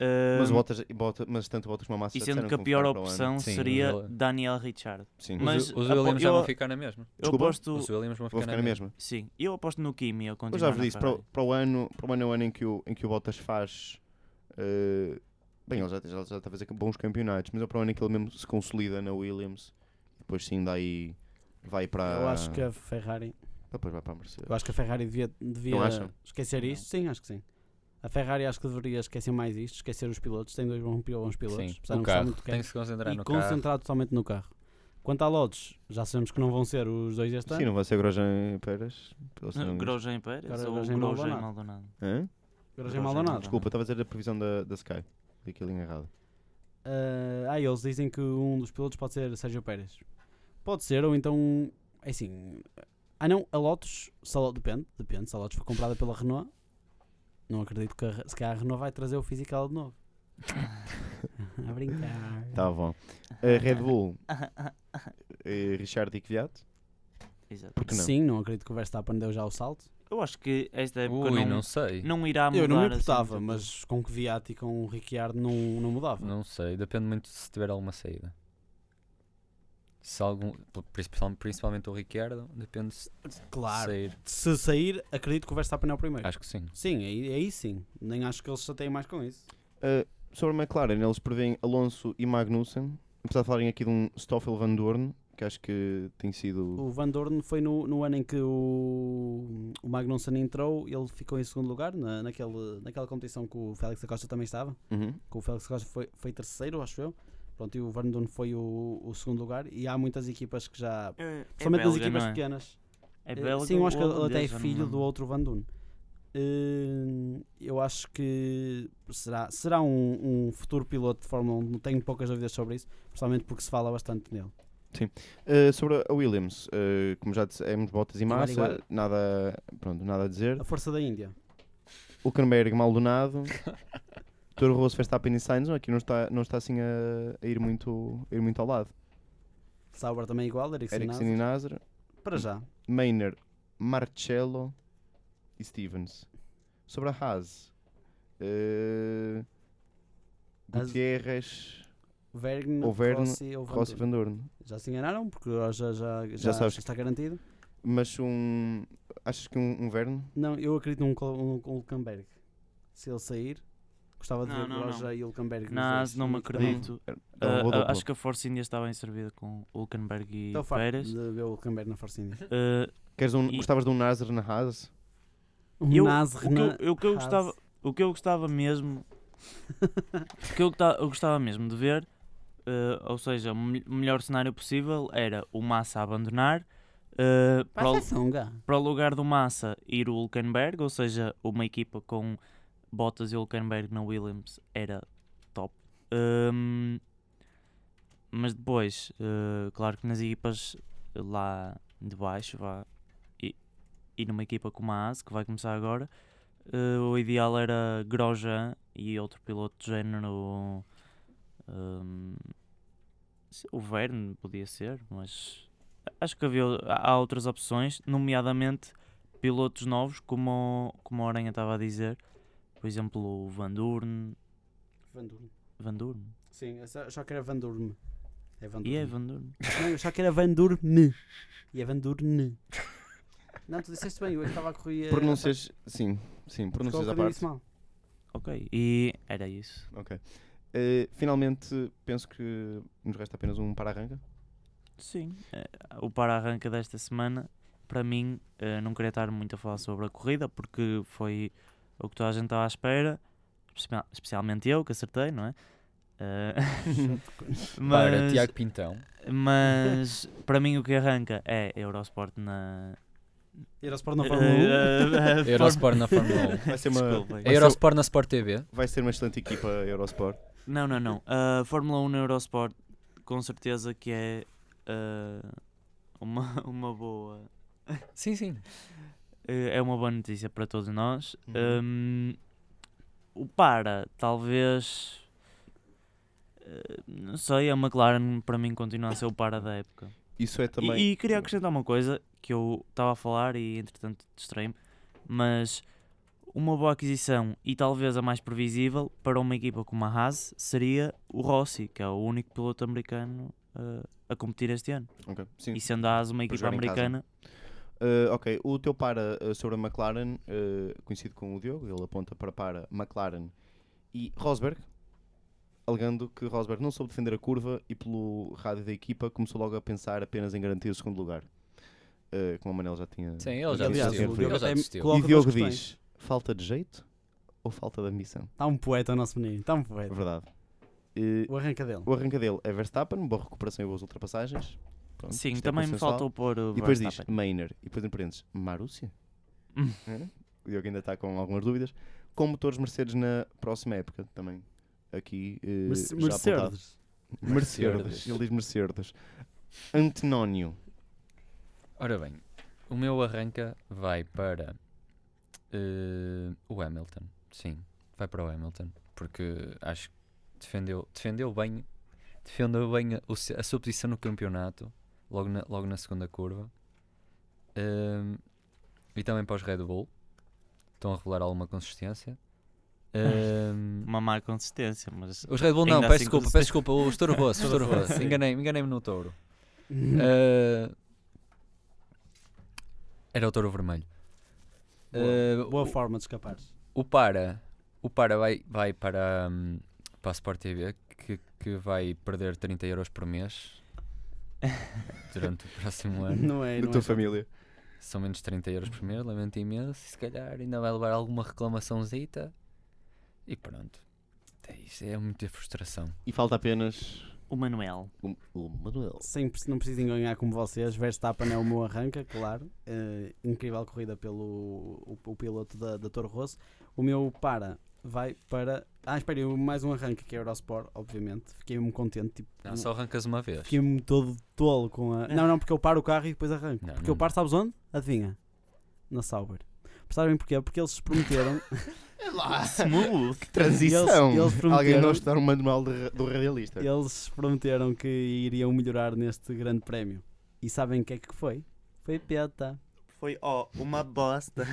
[SPEAKER 5] ah,
[SPEAKER 1] Mas, Bottas, um Bottas, mas tanto Bottas como a Massa
[SPEAKER 5] e sendo
[SPEAKER 1] disseram
[SPEAKER 5] que a
[SPEAKER 1] vão
[SPEAKER 5] é pior
[SPEAKER 1] ficar para o ano.
[SPEAKER 5] opção
[SPEAKER 4] Sim,
[SPEAKER 5] seria
[SPEAKER 4] mas ele-
[SPEAKER 5] Daniel Richard.
[SPEAKER 1] Sim.
[SPEAKER 5] mas-
[SPEAKER 4] Os- os,
[SPEAKER 5] apo-
[SPEAKER 4] Williams já vão
[SPEAKER 5] eu-
[SPEAKER 4] ficar na mesma.
[SPEAKER 5] Eu
[SPEAKER 1] Desculpa?
[SPEAKER 5] aposto,
[SPEAKER 4] Os Williams vão
[SPEAKER 1] Vou
[SPEAKER 4] ficar,
[SPEAKER 1] ficar na mesma.
[SPEAKER 5] sim, eu aposto no Kimi. Eu,
[SPEAKER 1] Eu já vos disse, para, o- para o ano, para o ano é o ano em que o, em que o Bottas faz. eh, bem, ele já, já, já está a fazer bons campeonatos, mas é para o ano em que ele mesmo se consolida na Williams. Depois sim, daí vai para.
[SPEAKER 4] Ah.
[SPEAKER 3] Eu acho que a Ferrari,
[SPEAKER 1] Depois vai para a Mercedes.
[SPEAKER 3] eu acho que a Ferrari devia, devia
[SPEAKER 1] acham?
[SPEAKER 3] esquecer isto. Sim, acho que sim. A Ferrari acho que deveria esquecer mais isto, esquecer os pilotos, tem dois bons, bons pilotos, apesar de
[SPEAKER 4] o
[SPEAKER 3] não gostar
[SPEAKER 4] carro.
[SPEAKER 3] muito do
[SPEAKER 4] Tem
[SPEAKER 3] carro,
[SPEAKER 4] que se concentrar
[SPEAKER 3] e
[SPEAKER 4] no
[SPEAKER 3] concentrar
[SPEAKER 4] carro.
[SPEAKER 3] totalmente no carro. Quanto a Lodes, já sabemos que não vão ser os dois este
[SPEAKER 1] Sim,
[SPEAKER 3] ano.
[SPEAKER 1] não vai ser Grosjean e Pérez. pelo sinal disto.
[SPEAKER 5] Grosjean Pérez
[SPEAKER 3] Agora
[SPEAKER 5] ou
[SPEAKER 3] Grosjean
[SPEAKER 5] Grosjean
[SPEAKER 3] Maldonado.
[SPEAKER 5] Maldonado.
[SPEAKER 1] Hã?
[SPEAKER 3] Agora já é
[SPEAKER 5] Grosjean
[SPEAKER 3] Maldonado.
[SPEAKER 5] Maldonado.
[SPEAKER 1] Desculpa, estava a dizer a previsão da, da Sky. Li aquilo em errado.
[SPEAKER 3] Ah, ah, eles dizem que um dos pilotos pode ser Sérgio Pérez. Pode ser, ou então. É assim. Ah, não, a Lotus. se a Lo- depende, depende. Se a Lotus foi comprada pela Renault, não acredito que a, Re- se calhar a Renault vai trazer o physical de novo. a brincar.
[SPEAKER 1] Tá bom. Eh, Red Bull, eh, Richard e Kvyat.
[SPEAKER 5] Exato.
[SPEAKER 1] Porque não?
[SPEAKER 3] Sim, não acredito que o Verstappen deu já o salto.
[SPEAKER 5] Eu acho que esta época
[SPEAKER 4] Ui,
[SPEAKER 5] é não,
[SPEAKER 4] não sei.
[SPEAKER 5] não irá mudar.
[SPEAKER 3] Eu não me
[SPEAKER 5] assim
[SPEAKER 3] importava,
[SPEAKER 5] tanto.
[SPEAKER 3] mas com que Viat e com o Ricciardo não, não mudava.
[SPEAKER 4] Não sei, depende muito se tiver alguma saída. Se algum, principal- principalmente o Ricciardo, depende se
[SPEAKER 3] Claro.
[SPEAKER 4] sair.
[SPEAKER 3] Se sair, acredito que o Verstappen é o primeiro.
[SPEAKER 4] Acho que sim.
[SPEAKER 3] Sim, aí, aí sim. Nem acho que eles se mais com isso.
[SPEAKER 1] Eh, sobre a McLaren, eles prevêem Alonso e Magnussen. Apesar de falarem aqui de um Stoffel Van Dorn, que acho que tem sido.
[SPEAKER 3] O Van Dorn foi no, no ano em que o, o Magnussen entrou, ele ficou em segundo lugar na, naquele, naquela competição que o Félix da Costa também estava.
[SPEAKER 1] Uhum.
[SPEAKER 3] Que o Félix da Costa foi, foi terceiro, acho eu. Pronto, e o Van Dorn foi o, o segundo lugar. E há muitas equipas que já.
[SPEAKER 5] É- é
[SPEAKER 3] Principalmente nas
[SPEAKER 5] belga,
[SPEAKER 3] equipas
[SPEAKER 5] não é?
[SPEAKER 3] pequenas.
[SPEAKER 5] É
[SPEAKER 3] Eh,
[SPEAKER 5] belga
[SPEAKER 3] Sim, eu acho que
[SPEAKER 5] ou
[SPEAKER 3] ele até é
[SPEAKER 5] holandês, eu não
[SPEAKER 3] filho do
[SPEAKER 5] lembro.
[SPEAKER 3] outro Van Dorn. Hum, Eu acho que será, será um, um futuro piloto de Fórmula 1, não tenho poucas dúvidas sobre isso, principalmente porque se fala bastante nele.
[SPEAKER 1] Uh, sobre a Williams, uh, como já dissemos, Bottas e
[SPEAKER 3] Igual,
[SPEAKER 1] Massa,
[SPEAKER 3] igual.
[SPEAKER 1] Nada, pronto, nada a dizer.
[SPEAKER 3] A força da Índia.
[SPEAKER 1] Huckenberg, Maldonado, Toro Rosso, Verstappen e Sainz, aqui não está, não está assim a, a ir muito, a ir muito ao lado.
[SPEAKER 3] Sauber também é igual, Ericsson,
[SPEAKER 1] Ericsson e Nasr,
[SPEAKER 3] Para já.
[SPEAKER 1] Maynard, Marcello e Stevens. Sobre a Haas, uh,
[SPEAKER 3] Haas-
[SPEAKER 1] Gutierrez,
[SPEAKER 3] Verne,
[SPEAKER 1] Ou Verne,
[SPEAKER 3] Rossi ou Van
[SPEAKER 1] Rossi e
[SPEAKER 3] Dorn.
[SPEAKER 1] Van Dorn.
[SPEAKER 3] Já se enganaram, porque já, já, já,
[SPEAKER 1] Já sabes
[SPEAKER 3] está garantido.
[SPEAKER 1] Mas um. Achas que um, um Verne?
[SPEAKER 3] Não, eu acredito num Col- um, um Hulkenberg. Se ele sair, gostava de
[SPEAKER 5] Não,
[SPEAKER 3] ver
[SPEAKER 5] não,
[SPEAKER 3] Groja e Hulkenberg. nos
[SPEAKER 5] Na
[SPEAKER 3] dois. Então,
[SPEAKER 5] AS não me
[SPEAKER 3] Muito
[SPEAKER 5] acredito.
[SPEAKER 1] Era um bom
[SPEAKER 5] Ah, ah,
[SPEAKER 1] duplo.
[SPEAKER 5] acho que a Force India está bem servida com Hulkenberg e
[SPEAKER 3] Estou farto
[SPEAKER 5] Pérez.
[SPEAKER 3] então, de ver o Hulkenberg na Força India.
[SPEAKER 5] Ah,
[SPEAKER 1] Queres um,
[SPEAKER 5] e-
[SPEAKER 1] Gostavas de um Nasr na Haas?
[SPEAKER 3] Um
[SPEAKER 5] eu-
[SPEAKER 3] Nasr
[SPEAKER 5] o que eu- eu que eu
[SPEAKER 3] Haas.
[SPEAKER 5] gostava- o que eu gostava mesmo o que eu, gota- eu gostava mesmo de ver, eh, ou seja, o mel- o melhor cenário possível era o Massa abandonar, eh,
[SPEAKER 3] Pá,
[SPEAKER 5] para, o,
[SPEAKER 3] essa sunga.
[SPEAKER 5] para o lugar do Massa ir o Hulkenberg, ou seja, uma equipa com Bottas e Hulkenberg na Williams era top. Ehm, mas depois, eh, claro que nas equipas lá de baixo, vá, e, e numa equipa como a AS, que vai começar agora, eh, o ideal era Grosjean e outro piloto de género. ehm, se- o Verne podia ser, mas acho que havia, há há outras opções, nomeadamente pilotos novos, como, como a Aranha estava a dizer, por exemplo, o Van Durn.
[SPEAKER 3] Van Durme.
[SPEAKER 5] Van Durn?
[SPEAKER 3] Sim, eu só, só que era Van Durme. É Van
[SPEAKER 5] E
[SPEAKER 3] Durme.
[SPEAKER 5] é Van Durn.
[SPEAKER 3] Não, eu só que era Van Durme. E é Van Durme. Não, tu disseste bem, eu hoje estava a correr. eh,
[SPEAKER 1] Pronúncias, sim, sim,
[SPEAKER 3] ficou um
[SPEAKER 1] pronúncias à
[SPEAKER 3] bocadinho
[SPEAKER 1] parte.
[SPEAKER 3] isso mal.
[SPEAKER 5] Ok, e era isso.
[SPEAKER 1] Ok. Eh, finalmente, penso que nos resta apenas um para-arranca.
[SPEAKER 5] Sim, eh, o para-arranca desta semana, para mim, eh, não queria estar muito a falar sobre a corrida, porque foi o que toda a gente estava à espera, espe- especialmente eu, que acertei, não é? Eh,
[SPEAKER 4] Para Tiago Pintão.
[SPEAKER 5] mas para mim o que arranca é Eurosport na.
[SPEAKER 3] Eurosport na Fórmula 1.
[SPEAKER 5] Eh, eh,
[SPEAKER 4] Eurosport na Fórmula 1.
[SPEAKER 1] Vai ser uma,
[SPEAKER 5] Desculpem.
[SPEAKER 1] Vai ser-
[SPEAKER 4] Eurosport na Sport TV.
[SPEAKER 1] vai ser uma excelente equipa a Eurosport.
[SPEAKER 5] Não, não, não. A Fórmula 1 na Eurosport, com certeza que é ah, uma, uma boa.
[SPEAKER 4] Sim, sim.
[SPEAKER 5] eh, É uma boa notícia para todos nós.
[SPEAKER 1] Uhum.
[SPEAKER 5] Ahm, o para, talvez. eh, Não sei, a McLaren para mim continua a ser o para da época.
[SPEAKER 1] Isso é
[SPEAKER 5] E-
[SPEAKER 1] também.
[SPEAKER 5] E, queria acrescentar uma coisa que eu estava a falar e entretanto distraí-me, mas uma boa aquisição e talvez a mais previsível para uma equipa como a Haas seria o Rossi, que é o único piloto americano eh, a competir este ano.
[SPEAKER 1] Ok, sim.
[SPEAKER 5] E sendo a Haas uma equipa
[SPEAKER 1] jogar em casa.
[SPEAKER 5] americana,
[SPEAKER 1] Uh, ok, o teu para uh, sobre a McLaren, uh, conhecido com o Diogo, ele aponta para para McLaren e Rosberg, alegando que Rosberg não soube defender a curva e, pelo rádio da equipa, começou logo a pensar apenas em garantir o segundo lugar. Uh, como a Manel já tinha.
[SPEAKER 4] Sim, ele já
[SPEAKER 1] tinha
[SPEAKER 3] Aliás,
[SPEAKER 4] desistiu.
[SPEAKER 3] o
[SPEAKER 1] referido.
[SPEAKER 3] Diogo
[SPEAKER 4] Ele já
[SPEAKER 3] até
[SPEAKER 4] desistiu.
[SPEAKER 3] coloca
[SPEAKER 1] E Diogo
[SPEAKER 3] duas questões.
[SPEAKER 1] diz: falta de jeito ou falta de ambição?
[SPEAKER 3] Está um poeta o nosso menino, está um
[SPEAKER 1] É
[SPEAKER 3] poeta.
[SPEAKER 1] verdade. Uh,
[SPEAKER 3] O arranca dele.
[SPEAKER 1] o arranque dele é Verstappen, boa recuperação e boas ultrapassagens. Pronto,
[SPEAKER 5] sim,
[SPEAKER 1] isto é
[SPEAKER 5] também me
[SPEAKER 1] consensual.
[SPEAKER 5] faltou pôr o
[SPEAKER 1] E depois diz
[SPEAKER 5] Verstappen.
[SPEAKER 1] Mainer. E depois É, em parênteses, Marúcia.
[SPEAKER 5] Hum.
[SPEAKER 1] Hã? O Diogo né? ainda está com algumas dúvidas. Com motores Mercedes na próxima época também. Aqui eh,
[SPEAKER 3] Merce-
[SPEAKER 1] já apontado.
[SPEAKER 3] Mercedes.
[SPEAKER 1] Mercedes. Ele diz Mercedes. Antenónio.
[SPEAKER 4] Ora bem, o meu arranca vai para eh, o Hamilton. Sim, vai para o Hamilton. Porque acho que defendeu, defendeu bem, defendeu bem a, o se- a sua posição no campeonato, logo na, logo na segunda curva. Ehm, e também para os Red Bull. Estão a revelar alguma consistência. Ehm,
[SPEAKER 5] Uma má consistência, mas
[SPEAKER 4] os Red Bull
[SPEAKER 5] Ainda
[SPEAKER 4] não, peço
[SPEAKER 5] assim
[SPEAKER 4] desculpa,
[SPEAKER 5] consistente.
[SPEAKER 4] peço desculpa, os Toro Rosso, os Toro Rosso. Enganei-me, enganei-me no touro. Eh, era o touro vermelho.
[SPEAKER 3] Boa.
[SPEAKER 4] Eh,
[SPEAKER 3] Boa forma de escapar.
[SPEAKER 4] o, o para, o para vai, vai para, hum, para a Sport TV que, que vai perder 30 euros por mês durante o próximo ano.
[SPEAKER 3] Não é,
[SPEAKER 1] da
[SPEAKER 3] não
[SPEAKER 1] tua
[SPEAKER 3] é só-
[SPEAKER 1] família.
[SPEAKER 4] São menos 30 euros por mês, lamento imenso. E se calhar ainda vai levar alguma reclamaçãozita. E pronto. É isso, é muita frustração.
[SPEAKER 1] E falta apenas
[SPEAKER 5] o Manuel.
[SPEAKER 1] o, o Manuel.
[SPEAKER 3] Sem, pre- não precisem ganhar como vocês. Verstappen é o meu arranca, claro. Eh, incrível corrida pelo o, o piloto da, da Toro Rosso. O meu para vai para. Ah, espera, eu mais um arranca que é Eurosport, obviamente. Fiquei-me contente. Tipo,
[SPEAKER 4] Não, só arrancas uma vez.
[SPEAKER 3] Fiquei-me todo tolo com a. Não, não, porque eu paro o carro e depois arranco.
[SPEAKER 4] Não,
[SPEAKER 3] porque
[SPEAKER 4] não.
[SPEAKER 3] eu paro, sabes onde? Adivinha? Na Sauber. Sabem porquê? Porque eles se prometeram.
[SPEAKER 5] Smooth.
[SPEAKER 1] Transição.
[SPEAKER 3] Eles- eles
[SPEAKER 1] Alguém
[SPEAKER 3] prometeram-
[SPEAKER 1] não estudar o manual de ra- do radialista.
[SPEAKER 3] eles prometeram que iriam melhorar neste grande prémio. E sabem o que é que foi? Foi peta.
[SPEAKER 5] Foi, ó, uma bosta.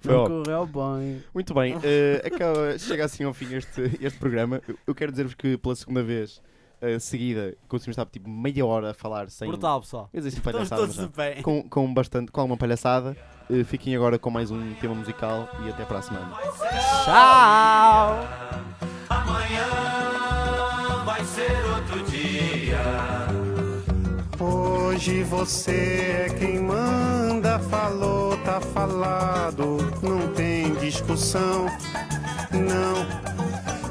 [SPEAKER 1] Foi
[SPEAKER 3] não
[SPEAKER 1] ótimo.
[SPEAKER 3] correu bem.
[SPEAKER 1] Muito bem,
[SPEAKER 3] Ah.
[SPEAKER 1] eh, acaba- chega assim ao fim este, este programa. Eu, eu quero dizer-vos que pela segunda vez eh, seguida conseguimos estar tipo meia hora a falar sem.
[SPEAKER 3] Brutal, pessoal.
[SPEAKER 1] Eu disse
[SPEAKER 3] Estamos
[SPEAKER 1] palhaçada,
[SPEAKER 3] todos
[SPEAKER 1] mas não.
[SPEAKER 3] de pé.
[SPEAKER 1] com, com bastante, com alguma palhaçada. Eh, fiquem agora com mais um tema musical e até para a semana.
[SPEAKER 3] Tchau!
[SPEAKER 2] Amanhã vai ser outro dia.
[SPEAKER 6] Hoje você é quem manda, falou, tá falado, não tem discussão, não.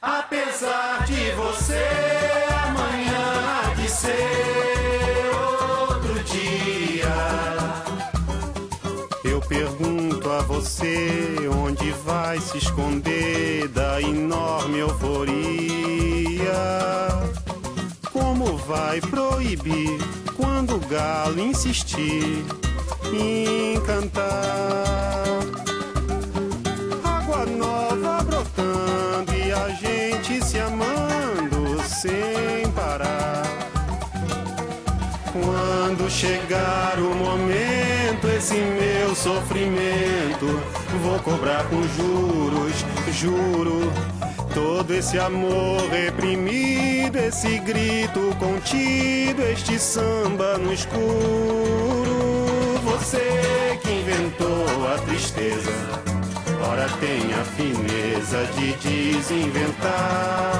[SPEAKER 6] Apesar de você, amanhã há de ser outro dia. Eu pergunto a você onde vai se esconder da enorme euforia. Como vai proibir quando o galo insistir em cantar? Água nova brotando e a gente se amando sem parar. Quando chegar o momento, esse meu sofrimento, vou cobrar com juros, juro. Todo esse amor reprimido, esse grito contido, este samba no escuro. Você que inventou a tristeza, ora tem a fineza de desinventar.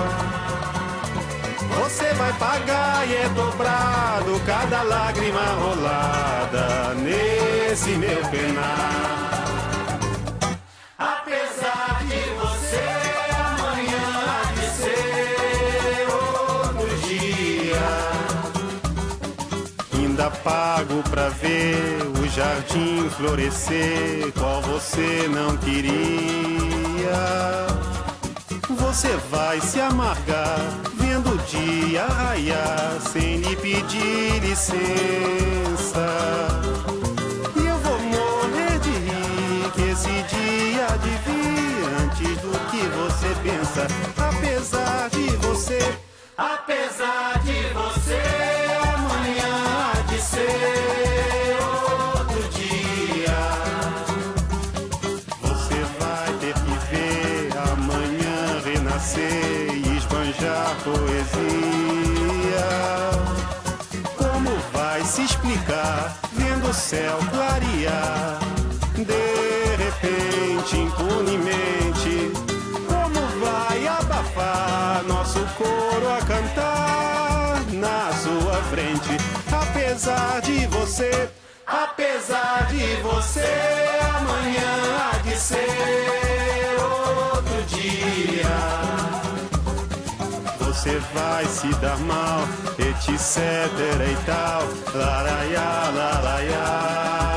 [SPEAKER 6] Você vai pagar e é dobrado cada lágrima rolada nesse meu penar. Apesar de você amanhã há de ser pago pra ver o jardim florescer, qual você não queria. Você vai se amargar, vendo o dia raiar, sem lhe pedir licença. E eu vou morrer de rir que esse dia há de vir antes do que você pensa, apesar de você.
[SPEAKER 2] Apesar de você, amanhã há de ser outro dia.
[SPEAKER 6] Você vai ter que ver amanhã renascer e esbanjar poesia. Como vai se explicar vendo o céu clarear? De repente, impunemente, como vai abafar nosso coro a cantar na sua frente? Apesar de você,
[SPEAKER 2] Apesar de você, amanhã há de ser outro dia.
[SPEAKER 6] Você vai se dar mal, etc e tal. Laraiá, laraiá.